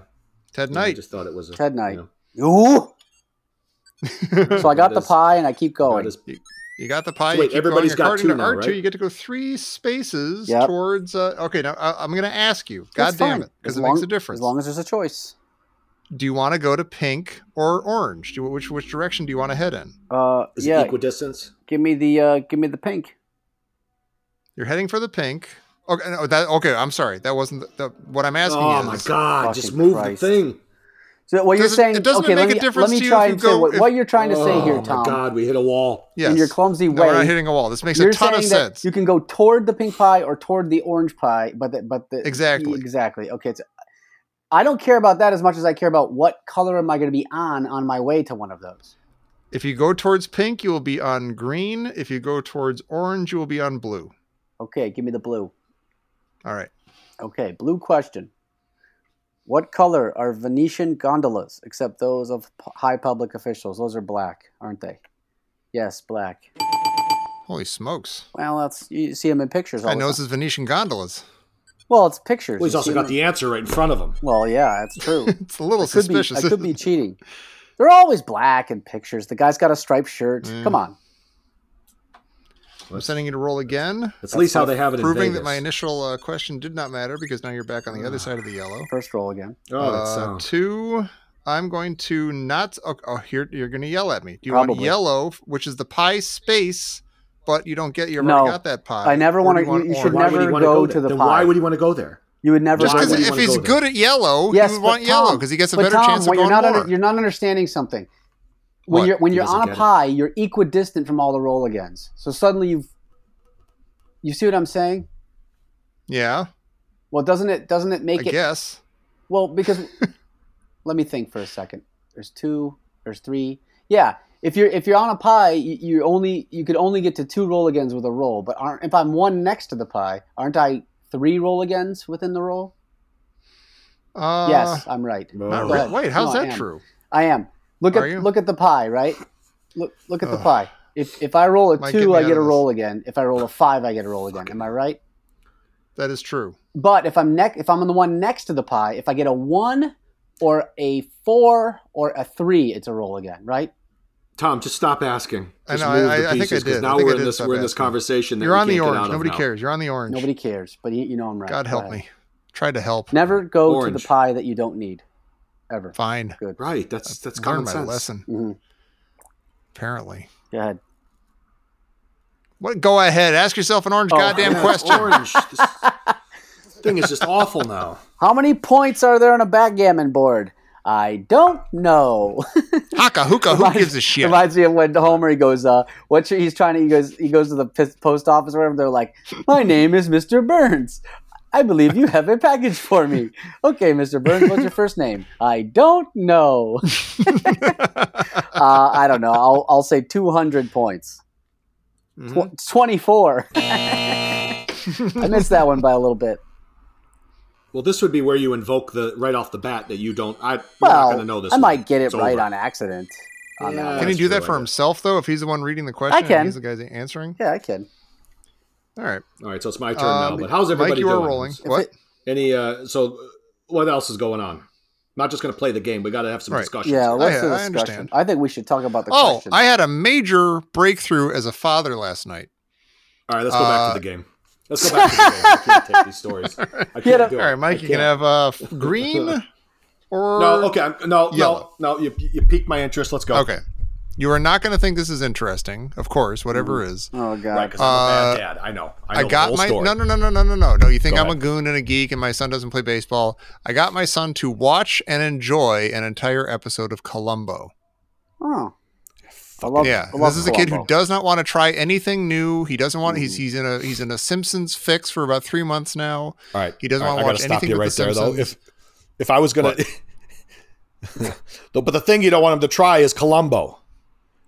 Speaker 2: Ted
Speaker 3: I
Speaker 2: Knight.
Speaker 3: just thought it was a,
Speaker 4: Ted Knight.
Speaker 3: you know,
Speaker 4: Ooh. So I got
Speaker 3: That
Speaker 4: the
Speaker 3: is-
Speaker 4: pie and I keep going.
Speaker 3: not as-
Speaker 2: You got the pie.
Speaker 3: Wait,
Speaker 2: you keep
Speaker 3: everybody's
Speaker 2: going.
Speaker 3: got
Speaker 2: According
Speaker 3: two
Speaker 2: to
Speaker 3: now,
Speaker 2: R2,
Speaker 3: right?
Speaker 2: you get to go three spaces
Speaker 4: Yep.
Speaker 2: towards. Uh, okay, now I, I'm going to ask you. God
Speaker 4: That's
Speaker 2: damn
Speaker 4: fine.
Speaker 2: it, because
Speaker 4: As
Speaker 2: it
Speaker 4: long-
Speaker 2: makes a difference.
Speaker 4: As long as there's a choice.
Speaker 2: do you want to go to pink or orange? Do you, which which direction do you want to head in?
Speaker 4: Uh,
Speaker 3: Is
Speaker 4: yeah.
Speaker 3: it equidistance?
Speaker 4: Give me the uh, give me the pink.
Speaker 2: You're heading for the pink. Okay, no, that okay. I'm sorry, that wasn't the, the, what I'm asking.
Speaker 3: Oh
Speaker 2: is,
Speaker 3: my God! Just
Speaker 4: Fucking
Speaker 3: move
Speaker 4: Christ.
Speaker 3: the thing.
Speaker 4: So what you're
Speaker 2: Doesn't-
Speaker 4: saying?
Speaker 2: it doesn't
Speaker 4: okay,
Speaker 2: make
Speaker 4: let
Speaker 2: a
Speaker 4: me,
Speaker 2: difference
Speaker 4: let me
Speaker 2: to you
Speaker 4: try
Speaker 2: if
Speaker 4: and
Speaker 2: you
Speaker 4: say
Speaker 2: go-
Speaker 4: what,
Speaker 2: if-
Speaker 4: what you're trying to say
Speaker 3: oh
Speaker 4: here,
Speaker 3: my
Speaker 4: Tom.
Speaker 3: God! We hit a wall.
Speaker 2: Yes.
Speaker 4: In your clumsy
Speaker 2: no, we're
Speaker 4: way,
Speaker 2: not hitting a wall. This makes
Speaker 4: you're
Speaker 2: a ton
Speaker 4: saying
Speaker 2: of
Speaker 4: that
Speaker 2: sense.
Speaker 4: you can go toward the pink pie or toward the orange pie, but the, but the
Speaker 2: Exactly.
Speaker 4: exactly. Okay, it's, I don't care about that as much as I care about what color am I going to be on on my way to one of those.
Speaker 2: If you go towards pink, you will be on green. If you go towards orange, you will be on blue.
Speaker 4: Okay, give me the blue.
Speaker 2: All right.
Speaker 4: Okay, blue question. What color are Venetian gondolas except those of p- high public officials? Those are black, aren't they? Yes, black.
Speaker 2: Holy smokes!
Speaker 4: Well, that's you see them in pictures. All
Speaker 2: I
Speaker 4: the
Speaker 2: know
Speaker 4: time.
Speaker 2: this is Venetian gondolas.
Speaker 4: Well, it's pictures.
Speaker 3: Well, he's
Speaker 4: You
Speaker 3: also
Speaker 4: see
Speaker 3: got
Speaker 4: 'em
Speaker 3: the answer right in front of him.
Speaker 4: in- Well, yeah, that's true.
Speaker 2: It's a little
Speaker 4: could be,
Speaker 2: suspicious.
Speaker 4: I could be cheating. They're always black in pictures. The guy's got a striped shirt.
Speaker 2: Mm.
Speaker 4: Come on.
Speaker 2: I'm sending you to roll again.
Speaker 3: That's at least how they have it in
Speaker 2: proving
Speaker 3: Vegas.
Speaker 2: that my initial uh, question did not matter because now you're back on the other side of the yellow.
Speaker 4: First roll again.
Speaker 3: oh, that
Speaker 2: Uh,
Speaker 3: sound.
Speaker 2: two. I'm going to not. Oh, oh, here you're going to yell at me. Do you want
Speaker 4: Probably.
Speaker 2: yellow, which is the pie space, but you don't get. You've
Speaker 4: No.
Speaker 2: already got that pie.
Speaker 4: I never
Speaker 2: Or do
Speaker 4: wanna-
Speaker 2: you want
Speaker 4: you- you
Speaker 2: orange?
Speaker 4: should
Speaker 3: Why would he
Speaker 4: never
Speaker 3: wanna
Speaker 4: go
Speaker 3: there?
Speaker 4: to the
Speaker 3: then
Speaker 4: pie.
Speaker 3: Why would he want to go there?
Speaker 4: You would never
Speaker 2: Just
Speaker 3: Why
Speaker 2: because
Speaker 3: would you
Speaker 2: if
Speaker 3: wanna
Speaker 2: he's
Speaker 3: go there?
Speaker 2: good at yellow,
Speaker 4: Yes,
Speaker 2: he would
Speaker 4: but
Speaker 2: want yellow
Speaker 4: Tom-
Speaker 2: because he gets a
Speaker 4: but
Speaker 2: better
Speaker 4: Tom,
Speaker 2: chance of
Speaker 4: what
Speaker 2: going
Speaker 4: you're not
Speaker 2: more.
Speaker 4: under- you're not understanding something. When
Speaker 2: What?
Speaker 4: you're when
Speaker 3: He
Speaker 4: you're
Speaker 3: doesn't
Speaker 4: on a
Speaker 3: get it.
Speaker 4: pie, you're equidistant from all the roll agains. So suddenly you've you see what I'm saying?
Speaker 2: yeah,
Speaker 4: Well, doesn't it doesn't it
Speaker 2: I
Speaker 4: make it
Speaker 2: guess.
Speaker 4: well because let me think for a second. There's two. There's three. Yeah. If you're if you're on a pie, you, you only you could only get to two roll agains with a roll. But aren't if I'm one next to the pie, aren't I three roll agains within the roll?
Speaker 2: Uh,
Speaker 4: yes, I'm right.
Speaker 2: not
Speaker 4: Go
Speaker 2: re-
Speaker 4: ahead.
Speaker 2: Wait, how's
Speaker 4: No, I
Speaker 2: that
Speaker 4: am.
Speaker 2: true?
Speaker 4: I am. Look
Speaker 2: Are
Speaker 4: at
Speaker 2: you?
Speaker 4: look at the pie, right? Look look at the
Speaker 2: Ugh.
Speaker 4: pie. If if I roll a
Speaker 2: Mike, get
Speaker 4: two,
Speaker 2: me
Speaker 4: I
Speaker 2: out
Speaker 4: get a
Speaker 2: of this.
Speaker 4: roll again. If I roll a five, I get a roll again. Am I right?
Speaker 2: That is true.
Speaker 4: But if I'm neck if I'm on the one next to the pie, if I get a one or a four or a three, it's a roll again, right?
Speaker 3: Tom, just stop asking.
Speaker 2: I
Speaker 3: Just
Speaker 2: know,
Speaker 3: move
Speaker 2: I-
Speaker 3: the
Speaker 2: I think I
Speaker 3: pieces, 'cause
Speaker 2: did. I
Speaker 3: Now
Speaker 2: think I
Speaker 3: we're in
Speaker 2: did
Speaker 3: this
Speaker 2: stop
Speaker 3: we're in this
Speaker 2: asking.
Speaker 3: conversation. that
Speaker 2: You're
Speaker 3: we
Speaker 2: on the
Speaker 3: can't get
Speaker 2: orange.
Speaker 3: out of
Speaker 2: Nobody
Speaker 3: now.
Speaker 2: cares. You're on the orange.
Speaker 4: Nobody cares, but you, you know I'm right.
Speaker 2: God
Speaker 4: Go
Speaker 2: help
Speaker 4: ahead.
Speaker 2: me. Try to help.
Speaker 4: Never go to
Speaker 3: Orange.
Speaker 4: the pie that you don't need, ever.
Speaker 2: Fine.
Speaker 3: Right. That's that's
Speaker 2: Learn
Speaker 3: common
Speaker 2: my
Speaker 3: sense.
Speaker 2: lesson.
Speaker 4: hmm
Speaker 2: Apparently.
Speaker 4: Go ahead.
Speaker 2: What? Go ahead. Ask yourself an orange
Speaker 4: Oh,
Speaker 2: goddamn
Speaker 3: Yeah,
Speaker 2: question.
Speaker 3: Orange. This thing is just awful now.
Speaker 4: How many points are there on a backgammon board? I don't know.
Speaker 2: Haka hookah. Who
Speaker 4: Reminds-
Speaker 2: gives a shit?
Speaker 4: Reminds me of when Homer he goes, uh, "What's your?" He's trying to. He goes. He goes to the pis- post office or whatever. They're like, "My name is Mister Burns. I believe you have a package for me. Okay, Mr. Burns, what's your first name? I don't know. Uh, I don't know. I'll, I'll say 200 points. Tw-
Speaker 2: Mm-hmm.
Speaker 4: 24. I missed that one by a little bit.
Speaker 3: Well, this would be where you invoke the right off the bat that you don't. I, you're not
Speaker 4: Well,
Speaker 3: going to know this.
Speaker 4: I
Speaker 3: one.
Speaker 4: might get it
Speaker 3: It's
Speaker 4: right
Speaker 3: over.
Speaker 4: on accident. on that
Speaker 3: Yeah.
Speaker 4: one.
Speaker 2: Can he
Speaker 3: That's
Speaker 2: do that
Speaker 3: true,
Speaker 2: for
Speaker 3: I guess.
Speaker 2: himself though? If he's the one reading the question, and
Speaker 4: can.
Speaker 2: he's the guy answering.
Speaker 4: Yeah, I can.
Speaker 2: All right,
Speaker 3: All right, so it's my turn now.
Speaker 2: Um,
Speaker 3: But how's
Speaker 2: Mike,
Speaker 3: everybody
Speaker 2: you
Speaker 3: doing?
Speaker 2: are rolling.
Speaker 4: If
Speaker 2: What?
Speaker 4: it-
Speaker 3: Any? Uh, so, uh, what else is going on? Not just going to play the game. We got to have some
Speaker 2: Right.
Speaker 3: discussion.
Speaker 4: yeah,
Speaker 3: discussions.
Speaker 4: what's
Speaker 2: I
Speaker 4: the
Speaker 2: understand.
Speaker 4: discussion? I think we should talk about the
Speaker 2: oh,
Speaker 4: question.
Speaker 2: I had a major breakthrough as a father last night.
Speaker 3: All right, let's go back
Speaker 2: Uh,
Speaker 3: to the game. Let's go back to the game. I can't take these stories. I can't
Speaker 4: Get up-
Speaker 3: do it.
Speaker 2: All right, Mike,
Speaker 3: I
Speaker 2: you can
Speaker 3: can't.
Speaker 2: have uh, f- green or
Speaker 3: No, okay, I'm, no,
Speaker 2: Yellow.
Speaker 3: no, no. You, you piqued my interest. Let's go.
Speaker 2: Okay. You are not going to think this is interesting, of course, whatever is.
Speaker 4: oh, God.
Speaker 3: Right, because I'm a bad dad. I know. I,
Speaker 2: Uh,
Speaker 3: know
Speaker 2: I
Speaker 3: the
Speaker 2: got
Speaker 3: whole
Speaker 2: my
Speaker 3: story.
Speaker 2: no no no no no no no no. You think
Speaker 3: Go
Speaker 2: I'm
Speaker 3: ahead.
Speaker 2: a goon and a geek and my son doesn't play baseball? I got my son to watch and enjoy an entire episode of Columbo.
Speaker 4: Oh. I love,
Speaker 2: yeah,
Speaker 4: I love
Speaker 2: this is a kid who
Speaker 4: Columbo.
Speaker 2: does not want to try anything new. He doesn't want.
Speaker 3: Mm-hmm.
Speaker 2: He's he's in a he's in a Simpsons fix for about three months now.
Speaker 3: All right.
Speaker 2: He doesn't
Speaker 3: All
Speaker 2: wanna
Speaker 3: I
Speaker 2: watch
Speaker 3: gotta stop
Speaker 2: anything
Speaker 3: you
Speaker 2: with
Speaker 3: right
Speaker 2: The
Speaker 3: there, though.
Speaker 2: Simpsons.
Speaker 3: If if I was gonna, but the thing you don't want him to try is Columbo.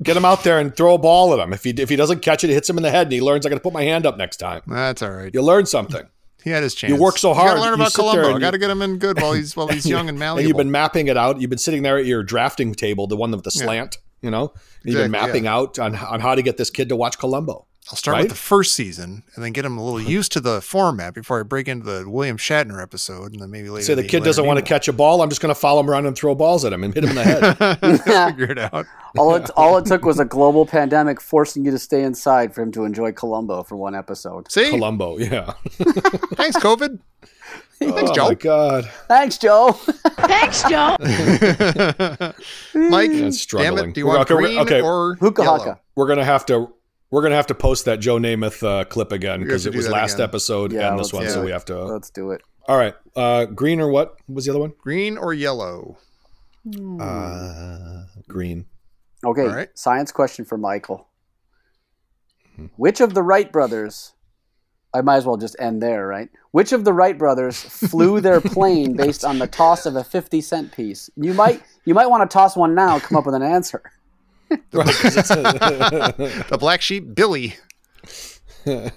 Speaker 3: Get him out there and throw a ball at him. If he if he doesn't catch it, it hits him in the head, and he learns I got to put my hand up next time.
Speaker 2: That's all right.
Speaker 3: You learn something,
Speaker 2: He had his chance.
Speaker 3: work so
Speaker 2: You
Speaker 3: hard,
Speaker 2: gotta learn
Speaker 3: you
Speaker 2: about
Speaker 3: sit there
Speaker 2: Columbo.
Speaker 3: and
Speaker 2: Got to
Speaker 3: you-
Speaker 2: get him in good while he's while he's young and malleable.
Speaker 3: and you've been mapping it out. You've been sitting there at your drafting table, the one with the slant. You know, you've been
Speaker 2: Exactly,
Speaker 3: mapping out on on how to get this kid to watch Columbo.
Speaker 2: I'll start
Speaker 3: Right?
Speaker 2: with the first season and then get him a little used to the format before I break into the William Shatner episode and then maybe later.
Speaker 3: Say the kid doesn't want to
Speaker 2: catch.
Speaker 3: catch a ball. I'm just going to follow him around and throw balls at him and hit him in the head.
Speaker 2: figure it out.
Speaker 4: all it all it took was a global pandemic forcing you to stay inside for him to enjoy Columbo for one episode.
Speaker 2: See,
Speaker 3: Columbo, yeah.
Speaker 2: thanks COVID.
Speaker 3: Thanks, oh
Speaker 2: Joe.
Speaker 3: my God.
Speaker 4: Thanks, Joe.
Speaker 5: Thanks, Joe.
Speaker 2: Mike,
Speaker 3: Yeah,
Speaker 2: damn
Speaker 3: it's struggling.
Speaker 2: it, do you
Speaker 3: We're
Speaker 2: want
Speaker 3: okay, we're-
Speaker 2: green
Speaker 3: okay.
Speaker 2: or
Speaker 4: Hookah
Speaker 2: yellow?
Speaker 4: haka.
Speaker 3: we're gonna have to we're gonna have to post that Joe Namath uh, clip again
Speaker 2: We have
Speaker 3: because
Speaker 2: to
Speaker 3: it
Speaker 2: do
Speaker 3: was
Speaker 2: that
Speaker 3: last
Speaker 2: again.
Speaker 3: episode
Speaker 4: Yeah,
Speaker 3: and this
Speaker 4: let's Uh,
Speaker 3: one,
Speaker 2: do
Speaker 3: so
Speaker 2: it.
Speaker 3: we have to.
Speaker 4: Let's do it.
Speaker 3: All right, uh, green or what was the other one?
Speaker 2: Green or yellow?
Speaker 3: Uh, green.
Speaker 4: Okay,
Speaker 2: All right. Hmm.
Speaker 4: science question for Michael. Which of the Wright brothers? I might as well just end there, right? Which of the Wright brothers flew their plane based on the toss of a fifty cent piece? You might you might want to toss one now. and Come up with an answer.
Speaker 2: The black sheep, Billy.
Speaker 4: Do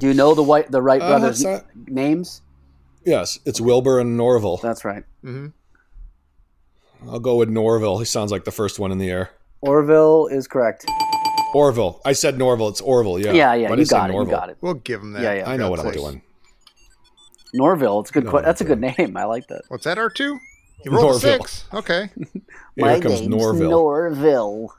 Speaker 4: you know the white the Wright
Speaker 3: Uh,
Speaker 4: brothers'
Speaker 3: so-
Speaker 4: names?
Speaker 3: yes, it's Wilbur and Norville.
Speaker 4: That's right.
Speaker 3: I'll go with Norville. He sounds like the first one in the air.
Speaker 4: Orville is correct.
Speaker 3: Orville. I said Norville. It's Orville. Yeah.
Speaker 4: Yeah, yeah,
Speaker 3: Why did I
Speaker 4: you
Speaker 3: say
Speaker 4: got it. You
Speaker 3: Norville?
Speaker 4: got it.
Speaker 2: We'll give him that.
Speaker 4: Yeah, yeah.
Speaker 3: I know what I'm
Speaker 2: God's sake.
Speaker 3: doing.
Speaker 4: Norville. It's a good.
Speaker 3: No,
Speaker 4: que- that's a
Speaker 3: Norville.
Speaker 4: good name. I like that.
Speaker 2: What's that? R two. He rolled a
Speaker 3: Norville.
Speaker 2: six. Okay.
Speaker 3: Here comes Norville.
Speaker 4: Norville.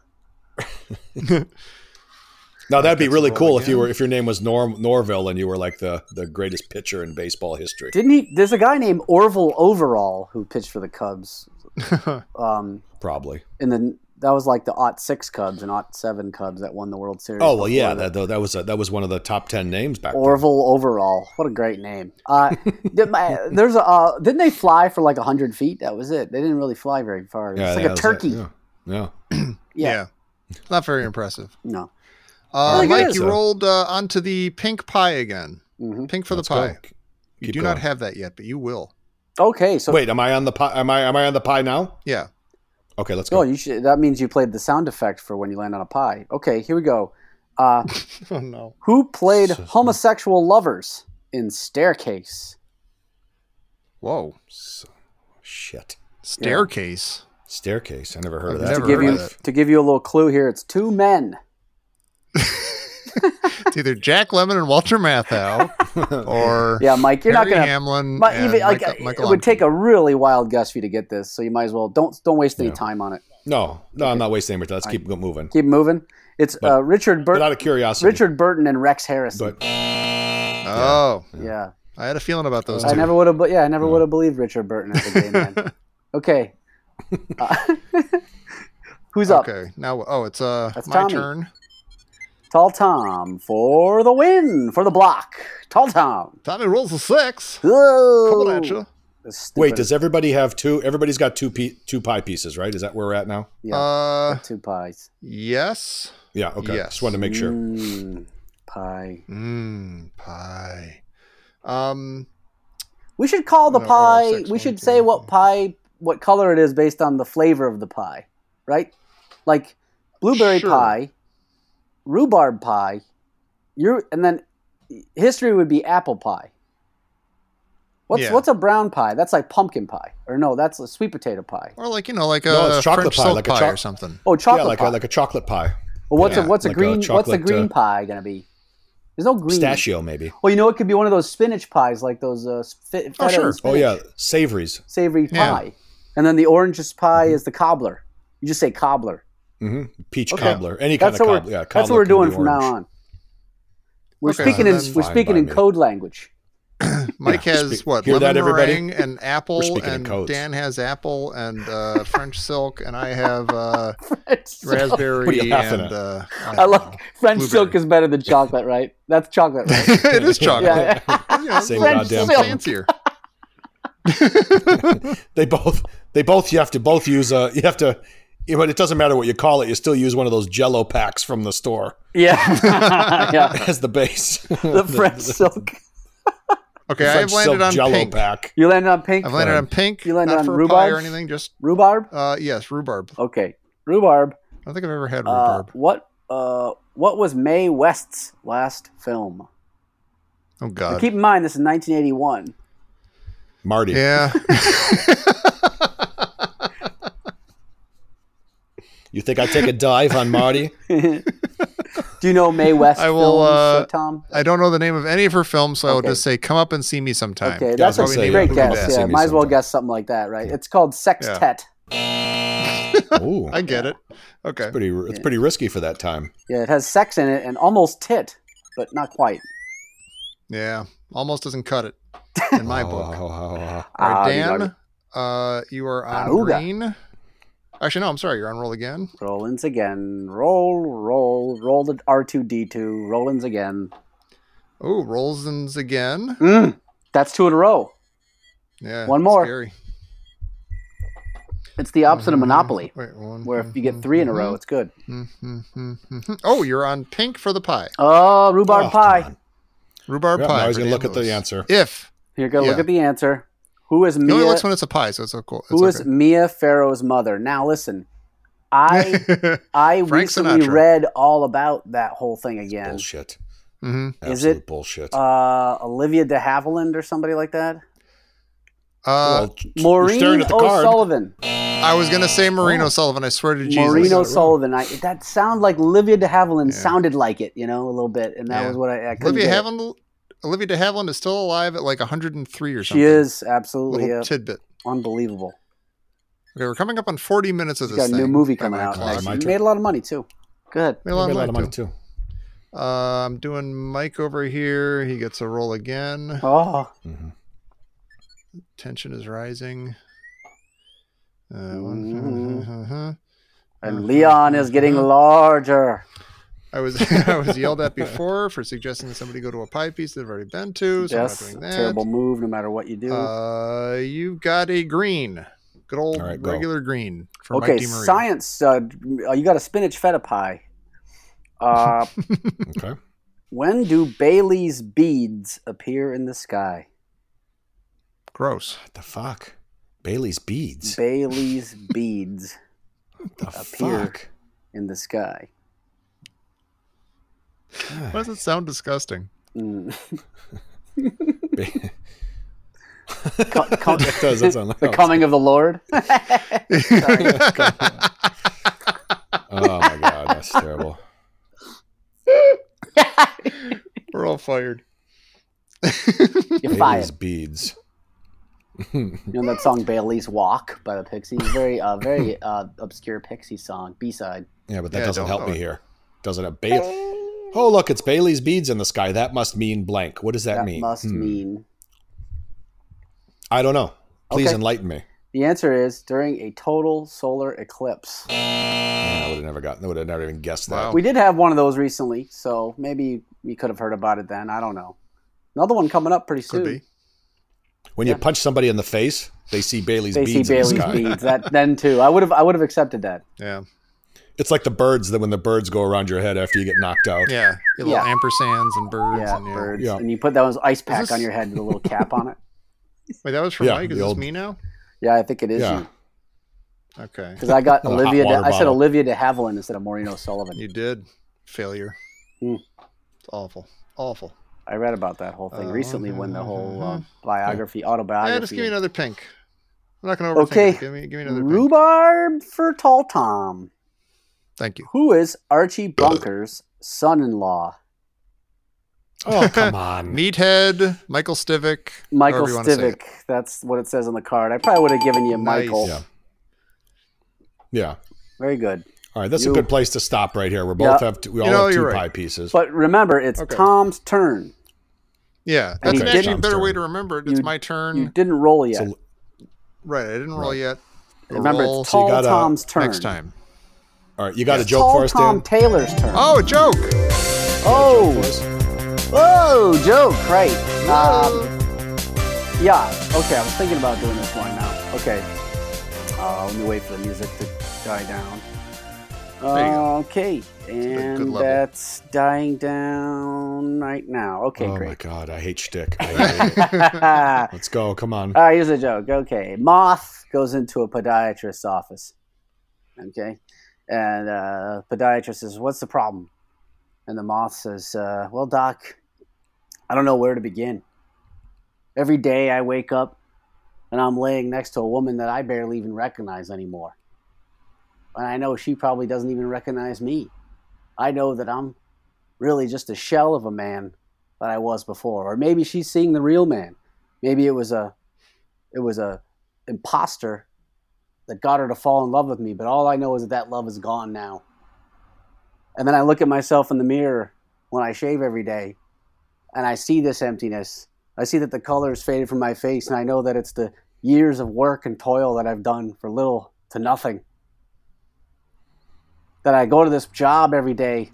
Speaker 3: Now that'd be really
Speaker 2: roll
Speaker 3: cool if you
Speaker 2: again.
Speaker 3: were if your name was Norm Norville and you were like the the greatest pitcher in baseball history.
Speaker 4: Didn't he? There's a guy named Orville Overall who pitched for the Cubs. um,
Speaker 3: Probably.
Speaker 4: in the that was like the aught six Cubs and aught seven Cubs that won the World Series.
Speaker 3: Oh well, yeah,
Speaker 4: before
Speaker 3: that that was a, that was one of the top ten names back
Speaker 4: that. Orville Overall. What a great name. Uh, did my, there's a uh, didn't they fly for like hundred feet? That was it. They didn't really fly very far. It's
Speaker 3: then. Yeah,
Speaker 4: like
Speaker 3: that
Speaker 4: a
Speaker 3: was it,
Speaker 4: turkey.
Speaker 3: Yeah, yeah.
Speaker 4: Yeah.
Speaker 2: Not very impressive.
Speaker 4: No.
Speaker 2: Uh,
Speaker 3: Like it
Speaker 2: Mike,
Speaker 3: is,
Speaker 2: you
Speaker 3: though.
Speaker 2: rolled uh, onto the pink pie again.
Speaker 4: hmm
Speaker 2: Pink for
Speaker 3: Let's
Speaker 2: the pie.
Speaker 3: go.
Speaker 2: You
Speaker 3: Keep
Speaker 2: do not
Speaker 3: going.
Speaker 2: have that yet, but you will.
Speaker 4: Okay, so
Speaker 3: Wait, am I on the pie? Am I am I on the pie now?
Speaker 2: Yeah.
Speaker 3: Okay, let's
Speaker 4: Oh,
Speaker 3: go.
Speaker 4: you should. That means you played the sound effect for when you land on a pie. Okay, here we go. Uh,
Speaker 2: Oh no.
Speaker 4: who played homosexual lovers in Staircase?
Speaker 2: Whoa.
Speaker 3: Shit,
Speaker 2: Staircase.
Speaker 3: staircase. I never heard of
Speaker 2: I've
Speaker 3: that.
Speaker 2: never
Speaker 4: To give
Speaker 2: heard
Speaker 4: you
Speaker 2: of it.
Speaker 4: to give you a little clue here, it's two men.
Speaker 2: It's either Jack Lemon and Walter Matthau, or
Speaker 4: Yeah, Mike, you're
Speaker 2: Harry
Speaker 4: not gonna.
Speaker 2: Hamlin.
Speaker 4: Mi-
Speaker 2: and
Speaker 4: even, like,
Speaker 2: Michael, Michael
Speaker 4: it would
Speaker 2: Anthony.
Speaker 4: take a really wild guess for you to get this, so you might as well don't don't waste any time on it.
Speaker 3: No, no, I'm not wasting much. Let's keep go- moving.
Speaker 4: Keep moving. It's uh, Richard
Speaker 3: But out
Speaker 4: Burton,
Speaker 3: of curiosity,
Speaker 4: Richard Burton and Rex Harrison.
Speaker 3: But
Speaker 2: Oh,
Speaker 4: yeah,
Speaker 2: I had a feeling about those
Speaker 4: I
Speaker 2: two.
Speaker 4: never would have. Yeah, I never would have believed Richard Burton as a gay man. Okay, Uh, who's up?
Speaker 2: Okay, now oh, it's uh
Speaker 4: That's
Speaker 2: my
Speaker 4: Tommy.
Speaker 2: turn.
Speaker 4: Tall Tom for the win, for the block. Tall Tom.
Speaker 2: Tommy rolls a six.
Speaker 4: Whoa.
Speaker 2: Coming at you.
Speaker 4: That's stupid.
Speaker 3: wait, does everybody have two? Everybody's got two pe- two pie pieces, right? Is that where we're at now?
Speaker 4: Yeah.
Speaker 2: Uh,
Speaker 4: two pies?
Speaker 2: yes.
Speaker 3: Yeah. Okay.
Speaker 2: Yes.
Speaker 3: Just wanted to make sure.
Speaker 4: Mm, pie.
Speaker 2: Mmm, pie. Hmm, Um,
Speaker 4: We should call the
Speaker 2: No, oh,
Speaker 4: pie.
Speaker 2: six,
Speaker 4: We
Speaker 2: one,
Speaker 4: should
Speaker 2: two,
Speaker 4: say what
Speaker 2: three.
Speaker 4: pie, what color it is based on the flavor of the pie, right? Like blueberry
Speaker 2: Sure.
Speaker 4: pie, rhubarb pie, you and then history would be apple pie. What's
Speaker 2: Yeah.
Speaker 4: what's a brown pie? That's like pumpkin pie, or no? That's a sweet potato pie.
Speaker 2: Or like you know, like a
Speaker 3: No, it's chocolate
Speaker 2: French
Speaker 3: pie,
Speaker 2: silk
Speaker 3: like a
Speaker 2: pie
Speaker 3: choc-
Speaker 2: or something.
Speaker 4: Oh, chocolate
Speaker 3: yeah, like
Speaker 4: pie.
Speaker 3: a like a chocolate pie,
Speaker 4: well, what's
Speaker 2: yeah,
Speaker 4: a what's
Speaker 3: like a
Speaker 4: a green what's a
Speaker 3: chocolate,
Speaker 4: green
Speaker 3: uh,
Speaker 4: pie gonna be? There's no green.
Speaker 3: pistachio maybe.
Speaker 4: Well, you know, it could be one of those spinach pies, like those uh, fi-
Speaker 2: sure.
Speaker 4: feta
Speaker 2: Oh,
Speaker 4: and
Speaker 3: Oh
Speaker 4: spinach.
Speaker 3: yeah, savories.
Speaker 4: savory
Speaker 2: Yeah.
Speaker 4: pie. And then the oranges pie
Speaker 3: Mm-hmm.
Speaker 4: is the cobbler. You just say cobbler.
Speaker 3: hmm Peach
Speaker 4: Okay.
Speaker 3: cobbler, any
Speaker 4: That's
Speaker 3: kind
Speaker 4: what
Speaker 3: of
Speaker 4: we're,
Speaker 3: cobbler. Yeah, cobbler
Speaker 4: that's what we're
Speaker 3: can be
Speaker 4: doing from now
Speaker 3: orange.
Speaker 4: on. We're
Speaker 2: Okay,
Speaker 4: speaking
Speaker 2: so
Speaker 4: in
Speaker 2: then-
Speaker 4: we're
Speaker 3: Fine
Speaker 4: speaking
Speaker 3: by
Speaker 4: in
Speaker 3: me.
Speaker 4: code language.
Speaker 2: Mike
Speaker 3: Yeah,
Speaker 2: has
Speaker 3: speak-
Speaker 2: what?
Speaker 3: hear
Speaker 2: lemon
Speaker 3: that, everybody?
Speaker 2: meringue and apple,
Speaker 3: speaking in
Speaker 2: and
Speaker 3: codes.
Speaker 2: Dan has apple and uh, French silk, and I have uh,
Speaker 4: French silk.
Speaker 2: raspberry
Speaker 3: What are you laughing
Speaker 2: and
Speaker 3: at?
Speaker 2: uh,
Speaker 4: I like French
Speaker 2: Blueberry.
Speaker 4: silk is better than chocolate, right? That's chocolate, right?
Speaker 2: it is chocolate.
Speaker 4: Yeah.
Speaker 2: You know,
Speaker 3: Same
Speaker 2: French
Speaker 3: goddamn
Speaker 2: silk
Speaker 3: thing.
Speaker 2: fancier.
Speaker 3: They both, they both. You have to both use. Uh, you have to. yeah, But it doesn't matter what you call it. You still use one of those Jello packs from the store
Speaker 4: yeah. yeah.
Speaker 3: as the base.
Speaker 4: The French silk.
Speaker 2: Okay, I have landed
Speaker 3: silk
Speaker 2: on
Speaker 3: Jell-O
Speaker 2: pink.
Speaker 3: pack.
Speaker 4: You landed on pink
Speaker 2: I've landed
Speaker 3: Fine.
Speaker 2: on pink.
Speaker 4: You landed
Speaker 2: not
Speaker 4: on
Speaker 2: for a pie
Speaker 4: rhubarb?
Speaker 2: or anything. Just
Speaker 4: rhubarb.
Speaker 2: uh, yes, rhubarb.
Speaker 4: Okay, rhubarb.
Speaker 2: I don't think I've ever had
Speaker 4: Uh,
Speaker 2: rhubarb.
Speaker 4: what uh, what was Mae West's last film?
Speaker 2: oh
Speaker 4: Now
Speaker 3: Uh,
Speaker 2: God.
Speaker 4: keep in mind, this is 1981.
Speaker 3: Marty.
Speaker 2: yeah.
Speaker 3: You think I take a dive on Marty?
Speaker 4: Do you know Mae West
Speaker 2: I will, uh,
Speaker 4: films, uh, Tom?
Speaker 2: I don't know the name of any of her films, so I will
Speaker 4: Okay.
Speaker 2: just say, "Come up and see me sometime."
Speaker 4: Okay,
Speaker 3: I was
Speaker 4: that's a
Speaker 3: gonna say,
Speaker 4: great
Speaker 3: yeah,
Speaker 4: guess.
Speaker 3: Google
Speaker 4: Yeah,
Speaker 3: that.
Speaker 4: might as well
Speaker 3: Sometime.
Speaker 4: guess something like that, right? It's called Sextet.
Speaker 3: Ooh,
Speaker 2: I get it. Okay.
Speaker 3: pretty. It's pretty risky for that time.
Speaker 4: Yeah. it has sex in it and almost tit, but not quite.
Speaker 2: Yeah. Almost doesn't cut it in my
Speaker 3: Oh,
Speaker 2: book.
Speaker 3: oh, oh, oh,
Speaker 2: All
Speaker 3: oh.
Speaker 2: right,
Speaker 4: Ah,
Speaker 2: Dan,
Speaker 4: you
Speaker 2: uh, you are on
Speaker 4: Auga.
Speaker 2: green. Actually, no, I'm sorry. You're on roll again.
Speaker 4: got- Rollins again. Roll, roll, roll the R2D2. Rollins again.
Speaker 2: Oh, Rolsons again.
Speaker 4: Mm, that's two in a row.
Speaker 2: Yeah.
Speaker 4: One more.
Speaker 2: Scary.
Speaker 4: It's the opposite
Speaker 2: Mm-hmm.
Speaker 4: of Monopoly,
Speaker 2: Wait, one. hmm,
Speaker 4: where if you get three in a
Speaker 2: Mm-hmm.
Speaker 4: row, it's good.
Speaker 2: Oh, you're on pink for the pie.
Speaker 4: Oh, rhubarb
Speaker 3: Oh, come
Speaker 4: pie.
Speaker 3: on.
Speaker 2: Rhubarb
Speaker 3: Yeah,
Speaker 2: pie.
Speaker 3: now he's
Speaker 2: for
Speaker 3: gonna
Speaker 2: Dan
Speaker 3: look at the
Speaker 2: Lewis.
Speaker 3: answer.
Speaker 2: If.
Speaker 4: You're gonna look
Speaker 2: Yeah.
Speaker 4: at the answer. Who is
Speaker 2: He only
Speaker 4: Mia?
Speaker 2: looks when it's a pie, so it's so cool. It's
Speaker 4: Who is
Speaker 2: okay.
Speaker 4: Mia Farrow's mother? Now listen, I I
Speaker 2: Frank
Speaker 4: recently
Speaker 2: Sinatra.
Speaker 4: read all about that whole thing again.
Speaker 3: Bullshit.
Speaker 2: Mhm.
Speaker 4: Is
Speaker 3: Absolute
Speaker 4: it-
Speaker 3: bullshit?
Speaker 4: Uh, Olivia de Havilland or somebody like that.
Speaker 2: Uh,
Speaker 3: Well, you're staring
Speaker 4: Maureen
Speaker 3: at the card.
Speaker 4: O'Sullivan.
Speaker 2: I was gonna say Maureen
Speaker 3: Oh.
Speaker 2: O'Sullivan. I swear to Jesus.
Speaker 4: Maureen
Speaker 3: got it
Speaker 4: O'Sullivan. I, that sound like Olivia de Havilland
Speaker 2: Yeah.
Speaker 4: sounded like it, you know, a little bit, and that
Speaker 2: Yeah.
Speaker 4: was what I, I couldn't.
Speaker 2: Olivia
Speaker 4: get it.
Speaker 2: Haviland. Olivia De Havilland is still alive at like 103 or something.
Speaker 4: She is
Speaker 2: Little
Speaker 4: absolutely uh,
Speaker 2: tidbit.
Speaker 4: unbelievable.
Speaker 2: Okay, we're coming up on 40 minutes of
Speaker 4: She's
Speaker 2: this
Speaker 4: got a
Speaker 2: thing.
Speaker 4: new movie
Speaker 2: by
Speaker 4: coming
Speaker 2: my
Speaker 4: out.
Speaker 2: clock.
Speaker 4: Next.
Speaker 3: My
Speaker 4: year.
Speaker 3: turn.
Speaker 4: Made a lot of money too. Good.
Speaker 2: Made a
Speaker 3: You
Speaker 2: lot
Speaker 3: made
Speaker 2: of
Speaker 3: a lot of
Speaker 2: money,
Speaker 3: money
Speaker 2: too.
Speaker 3: too.
Speaker 2: Uh, I'm doing Mike over here. He gets a roll again.
Speaker 4: Oh,
Speaker 3: Mhm.
Speaker 2: Tension is rising. Uh, one-
Speaker 4: Mhm. and Leon is getting
Speaker 2: Mm-hmm.
Speaker 4: larger.
Speaker 2: I was I was yelled at before for suggesting that somebody go to a pie piece that I've already been to. So
Speaker 4: yes,
Speaker 2: I'm not doing that.
Speaker 4: terrible move. No matter what you do.
Speaker 2: Uh, you've got a green, good old
Speaker 3: All right, go.
Speaker 2: regular green for
Speaker 4: Okay,
Speaker 2: Mike DeMaria.
Speaker 4: science. Uh, uh, you got a spinach feta pie. Uh,
Speaker 3: Okay.
Speaker 4: when do Bailey's beads appear in the sky?
Speaker 2: Gross.
Speaker 3: What the fuck? Bailey's beads.
Speaker 4: Bailey's beads
Speaker 3: the
Speaker 4: appear.
Speaker 3: fuck?
Speaker 4: in the sky.
Speaker 2: Why does it sound disgusting?
Speaker 4: Mm.
Speaker 3: Ba-
Speaker 4: Co- co-
Speaker 3: That does, that sound like-
Speaker 4: the coming of the Lord.
Speaker 3: oh my god, that's terrible.
Speaker 2: We're all fired.
Speaker 4: You're
Speaker 3: Bailey's
Speaker 4: fired.
Speaker 3: beads.
Speaker 4: You know that song "Bailey's Walk" by the Pixies. Very, uh, very uh, obscure Pixie song, B-side.
Speaker 3: Yeah, but that
Speaker 2: Yeah,
Speaker 3: doesn't
Speaker 2: don't
Speaker 3: help
Speaker 2: know
Speaker 3: me
Speaker 2: it.
Speaker 3: here. Doesn't it? Ba- oh, look, it's Bailey's beads in the sky. That must mean blank. What does that,
Speaker 4: That
Speaker 3: mean?
Speaker 4: must
Speaker 3: Hmm.
Speaker 4: mean
Speaker 3: I don't know. Please
Speaker 4: Okay.
Speaker 3: enlighten me.
Speaker 4: the answer is during a total solar eclipse.
Speaker 3: Yeah, I would have never gotten. I would have never even guessed that.
Speaker 2: Wow.
Speaker 4: We did have one of those recently, so maybe we could have heard about it then. I don't know. Another one coming up pretty
Speaker 2: Could
Speaker 4: soon.
Speaker 2: be.
Speaker 3: When you punch somebody in the face, they see Bailey's
Speaker 4: They see
Speaker 3: beads
Speaker 4: Bailey's
Speaker 3: in the sky.
Speaker 4: beads. That then too. I would have. I would have accepted that.
Speaker 2: Yeah.
Speaker 3: It's like the birds that when the birds go around your head after you get knocked out.
Speaker 2: Yeah. Your little
Speaker 4: Yeah.
Speaker 2: ampersands and birds.
Speaker 4: Yeah,
Speaker 2: and, yeah.
Speaker 4: birds.
Speaker 3: Yeah.
Speaker 4: And you put that ice pack
Speaker 2: this-
Speaker 4: on your head with a little cap on it.
Speaker 2: Wait, that was from
Speaker 5: Yeah,
Speaker 2: Mike.
Speaker 5: the
Speaker 2: Is this
Speaker 5: old-
Speaker 2: me now?
Speaker 4: Yeah, I think it is
Speaker 5: Yeah.
Speaker 4: you.
Speaker 2: Okay,
Speaker 4: Because I got
Speaker 5: The hot
Speaker 4: Olivia.
Speaker 5: water
Speaker 4: De, I said
Speaker 5: bottle.
Speaker 4: Olivia de Havilland instead of Maureen O'Sullivan.
Speaker 2: you did. Failure.
Speaker 4: Hmm.
Speaker 2: It's awful. Awful.
Speaker 4: I read about that whole thing
Speaker 2: Uh,
Speaker 4: recently
Speaker 2: okay,
Speaker 4: when the
Speaker 2: okay,
Speaker 4: whole
Speaker 2: okay.
Speaker 4: uh, biography,
Speaker 2: Yeah,
Speaker 4: autobiography.
Speaker 2: just give me another pink. I'm not gonna overthink
Speaker 4: Okay.
Speaker 2: it. Give me, give me another pink.
Speaker 4: Rhubarb for Tall Tom,
Speaker 2: Thank you.
Speaker 4: who is Archie Bunker's son-in-law.
Speaker 3: Oh, come on.
Speaker 2: Meathead, Michael Stivic,
Speaker 4: Michael
Speaker 2: however you wanna say it.
Speaker 4: Stivic. That's what it says on the card. I probably would have given you
Speaker 2: Nice.
Speaker 4: Michael.
Speaker 5: Yeah. Yeah.
Speaker 4: Very good.
Speaker 5: All right, that's
Speaker 4: You-
Speaker 5: a good place to stop right here. We're both
Speaker 4: Yeah.
Speaker 5: have t- we
Speaker 2: You
Speaker 5: all
Speaker 2: know,
Speaker 5: have two
Speaker 2: you're right.
Speaker 5: pie pieces.
Speaker 4: But remember, it's
Speaker 2: Okay.
Speaker 4: Tom's turn.
Speaker 2: Yeah,
Speaker 4: And
Speaker 2: that's
Speaker 4: he
Speaker 2: actually a
Speaker 5: didn't-
Speaker 2: better way to remember it. It's
Speaker 4: You-
Speaker 2: my
Speaker 4: You
Speaker 2: turn.
Speaker 4: didn't roll yet.
Speaker 5: So-
Speaker 2: Right, I didn't roll
Speaker 5: Right.
Speaker 2: yet.
Speaker 4: remember,
Speaker 2: roll.
Speaker 4: it's
Speaker 5: So you
Speaker 4: Tall
Speaker 5: gotta-
Speaker 4: Tom's turn.
Speaker 2: Next time.
Speaker 5: all right, you got a
Speaker 4: It's
Speaker 5: joke
Speaker 4: Tall
Speaker 5: for us,
Speaker 4: Tom
Speaker 5: Dan?
Speaker 4: Taylor's turn.
Speaker 2: Oh, a joke.
Speaker 4: Oh, whoa, joke, right. Um, yeah, okay, I was thinking about doing this one now. Okay. Uh, let me wait for the music to die down.
Speaker 2: There you go.
Speaker 4: Okay,
Speaker 2: good
Speaker 4: and
Speaker 2: level.
Speaker 4: that's dying down right now. Okay,
Speaker 5: oh my
Speaker 4: great.
Speaker 5: god, I hate shtick. I hate it.
Speaker 4: Ah,
Speaker 5: Let's go. Come on.
Speaker 4: here's a joke. Okay, moth goes into a podiatrist's office. Okay, and uh, podiatrist says, "What's the problem?" And the moth says, uh, "Well, doc, I don't know where to begin. Every day I wake up and I'm laying next to a woman that I barely even recognize anymore, and I know she probably doesn't even recognize me. I know that I'm really just a shell of a man that I was before, or maybe she's seeing the real man." maybe it was a it was a imposter that got her to fall in love with me but all i know is that that love is gone now and then i look at myself in the mirror when i shave every day and i see this emptiness i see that the colors faded from my face and i know that it's the years of work and toil that i've done for little to nothing that i go to this job every day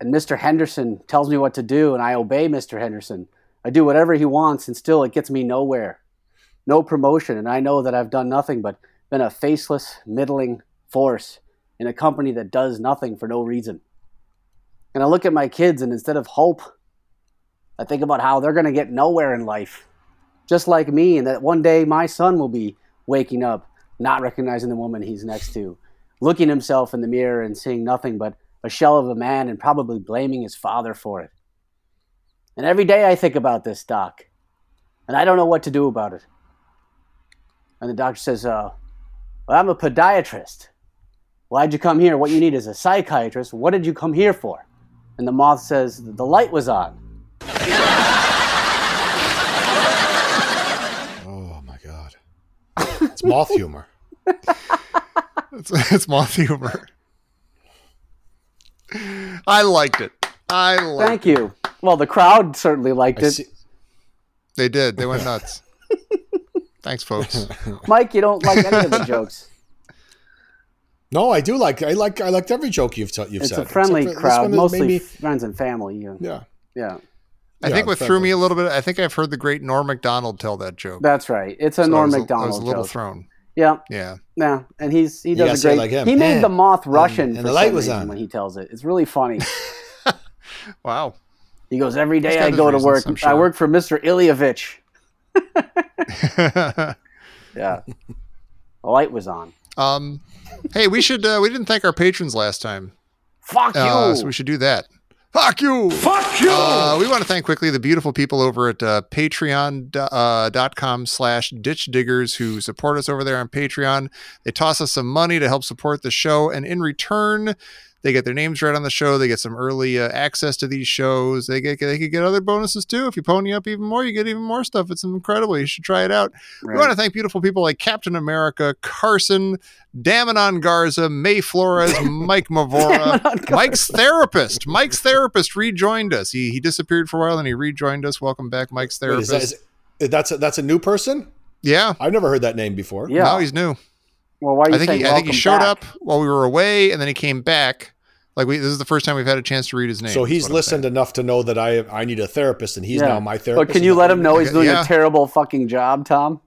Speaker 4: and mr henderson tells me what to do and i obey mr henderson I do whatever he wants, and still it gets me nowhere. No promotion, and I know that I've done nothing but been a faceless, middling force in a company that does nothing for no reason. And I look at my kids, and instead of hope, I think about how they're going to get nowhere in life, just like me, and that one day my son will be waking up, not recognizing the woman he's next to, looking himself in the mirror and seeing nothing but a shell of a man, and probably blaming his father for it. And every day I think about this, Doc. And I don't know what to do about it. And the doctor says, uh, Well, I'm a podiatrist. Why'd you come here? What you need is a psychiatrist. What did you come here for? And the moth says, The light was on.
Speaker 5: Oh my god. It's moth humor.
Speaker 2: It's, it's moth humor. I liked it. I liked
Speaker 4: Thank you. Well, the crowd certainly liked
Speaker 5: I
Speaker 4: it.
Speaker 5: see.
Speaker 2: They did. They went nuts. Thanks, folks.
Speaker 4: Mike, you don't like any of the jokes.
Speaker 5: No, I do like I like I liked every joke you've t- you've
Speaker 4: It's
Speaker 5: said.
Speaker 4: a friendly
Speaker 5: except for this
Speaker 4: crowd,
Speaker 5: one is
Speaker 4: mostly
Speaker 5: maybe-
Speaker 4: friends and family. You,
Speaker 5: yeah.
Speaker 4: yeah,
Speaker 2: I
Speaker 5: Yeah,
Speaker 2: think what
Speaker 5: friendly.
Speaker 2: threw me a little bit, I think I've heard the great Norm MacDonald tell that joke.
Speaker 4: that's right. It's a
Speaker 2: So I
Speaker 4: Norm
Speaker 2: was a- I
Speaker 4: Macdonald
Speaker 2: was a little
Speaker 4: joke.
Speaker 2: thrown.
Speaker 4: yeah,
Speaker 2: Yeah.
Speaker 4: Yeah, and he's he
Speaker 5: gotta
Speaker 4: does a
Speaker 5: say it
Speaker 4: great.
Speaker 5: like him.
Speaker 4: He made
Speaker 5: Eh.
Speaker 4: the moth Russian
Speaker 5: and
Speaker 4: for
Speaker 5: the light
Speaker 4: some
Speaker 5: was
Speaker 4: reason
Speaker 5: on.
Speaker 4: when he tells it. It's really funny.
Speaker 2: Wow.
Speaker 4: He goes every day
Speaker 2: got
Speaker 4: I
Speaker 2: his
Speaker 4: go to
Speaker 2: reasons,
Speaker 4: work.
Speaker 2: I'm sure."
Speaker 4: I work for Mister Ilyevich. Yeah, the light was on.
Speaker 2: um, hey, we should, uh, we didn't thank our patrons last time.
Speaker 4: Fuck you.
Speaker 2: Uh, so we should do that. Fuck you.
Speaker 3: Fuck you!
Speaker 2: Uh, we want to thank quickly the beautiful people over at uh, patreon.com slash ditch diggers who support us over there on Patreon. They toss us some money to help support the show. And in return, they get their names read on the show. They get some early uh, access to these shows. They get they could get other bonuses too. If you pony up even more, you get even more stuff. It's incredible. You should try it out. We want to thank beautiful people like Captain America, Carson, Damanon Garza, May Flores, Mike Mavora, Mike's therapist. Mike's therapist rejoined us. He he disappeared for a while and he rejoined us. Welcome back, Mike's
Speaker 5: Wait,
Speaker 2: therapist.
Speaker 5: is that, is, that's a, that's a new person?
Speaker 2: yeah.
Speaker 5: I've never heard that name before.
Speaker 4: yeah.
Speaker 2: Now he's new.
Speaker 4: well, why are you
Speaker 2: I think
Speaker 4: saying
Speaker 2: he, I think he
Speaker 4: welcome
Speaker 2: showed
Speaker 4: back?
Speaker 2: up while we were away and then he came back. Like we this is the first time we've had a chance to read his name.
Speaker 5: So
Speaker 2: is
Speaker 5: he's
Speaker 2: what I'm
Speaker 5: listened enough to know that I I need a therapist, and he's
Speaker 4: Yeah.
Speaker 5: now my therapist.
Speaker 4: But can you
Speaker 5: Is
Speaker 4: let
Speaker 5: that
Speaker 4: him
Speaker 5: what
Speaker 4: know he's
Speaker 2: Okay,
Speaker 4: doing
Speaker 2: yeah.
Speaker 4: a terrible fucking job, Tom?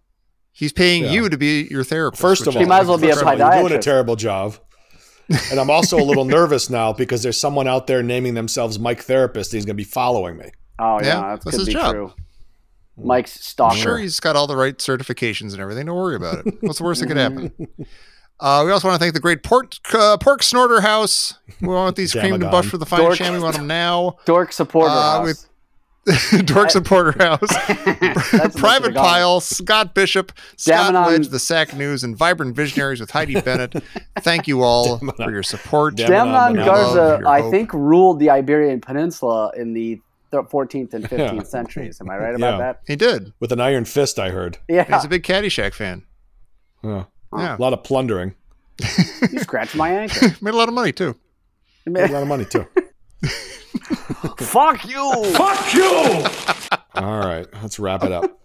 Speaker 2: He's paying
Speaker 5: Yeah.
Speaker 2: you to be your therapist.
Speaker 5: First of
Speaker 2: which
Speaker 5: all,
Speaker 2: is
Speaker 4: He might as well be a
Speaker 5: first of all, You're doing a
Speaker 4: podiatrist.
Speaker 5: terrible job. And I'm also a little nervous now because there's someone out there naming themselves Mike Therapist. And he's going to be following me.
Speaker 4: Oh yeah,
Speaker 2: Yeah,
Speaker 4: that
Speaker 2: that's
Speaker 4: could
Speaker 2: his
Speaker 4: be
Speaker 2: job. Hmm.
Speaker 4: true. Mike's stalker.
Speaker 2: sure he's got all the right certifications and everything. Don't worry about it. What's the worst that could happen?
Speaker 4: Mm-hmm.
Speaker 2: Uh, we also want to thank the great pork uh, pork snorter house. We want these
Speaker 5: Damn
Speaker 2: creamed
Speaker 5: it,
Speaker 2: and buff
Speaker 5: Don.
Speaker 2: for the fine
Speaker 4: Dork.
Speaker 2: sham. We want them now.
Speaker 4: Dork supporter
Speaker 2: Uh,
Speaker 4: house.
Speaker 2: with- Dork supporter house.
Speaker 4: That's the most
Speaker 2: Private
Speaker 4: of the gone.
Speaker 2: Pile, Scott Bishop, Scott
Speaker 4: Damanon-
Speaker 2: Ledge, The Sack News, and Vibrant Visionaries with Heidi Bennett. Thank you all for your support.
Speaker 5: Dam-
Speaker 4: Damon
Speaker 5: Damanon
Speaker 4: Garza,
Speaker 2: Damanon.
Speaker 4: I
Speaker 2: Hope.
Speaker 4: think, ruled the Iberian Peninsula in the thir- 14th and 15th
Speaker 5: Yeah.
Speaker 4: centuries. Am I right about
Speaker 5: Yeah.
Speaker 4: that?
Speaker 2: He did.
Speaker 5: with an iron fist. I heard.
Speaker 4: Yeah. Oh.
Speaker 2: He's a big Caddyshack fan.
Speaker 5: Yeah.
Speaker 2: Yeah,
Speaker 5: A lot of plundering.
Speaker 4: you scratched my ankle.
Speaker 2: made a lot of money too.
Speaker 5: A lot of money too.
Speaker 4: Fuck you.
Speaker 1: Fuck you!
Speaker 5: All right, let's wrap it up.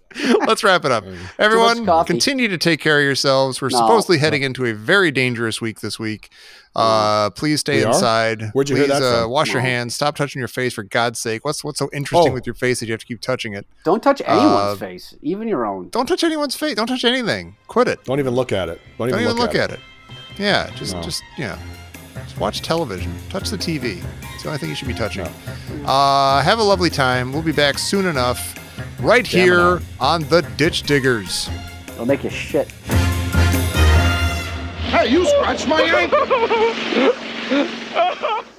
Speaker 2: Let's wrap it up.
Speaker 4: Too
Speaker 2: Everyone,
Speaker 4: much coffee.
Speaker 2: continue to take care of yourselves. We're
Speaker 4: No.
Speaker 2: supposedly heading into a very dangerous week this week. Uh,
Speaker 4: Mm.
Speaker 2: please stay
Speaker 5: We are?
Speaker 2: inside.
Speaker 5: Where'd you
Speaker 2: please,
Speaker 5: hear that
Speaker 2: uh,
Speaker 5: from?
Speaker 2: Wash your hands. Stop touching your face for God's sake. What's what's so interesting
Speaker 5: Oh.
Speaker 2: with your face that you have to keep touching it?
Speaker 4: Don't touch anyone's
Speaker 2: Uh,
Speaker 4: face, even your own.
Speaker 2: Don't touch anyone's face. Don't touch anything. Quit it.
Speaker 5: Don't even look at it. Don't even,
Speaker 2: Don't even
Speaker 5: look, at, it.
Speaker 2: Yeah, just
Speaker 5: No.
Speaker 2: just yeah. Just watch television. Touch the TV. It's the only thing you should be touching. Uh, have a lovely time. We'll be back soon enough, right
Speaker 5: Damn it
Speaker 2: here
Speaker 5: all.
Speaker 2: on the Ditch Diggers.
Speaker 4: It'll make you shit.
Speaker 1: Hey, you scratched my ankle!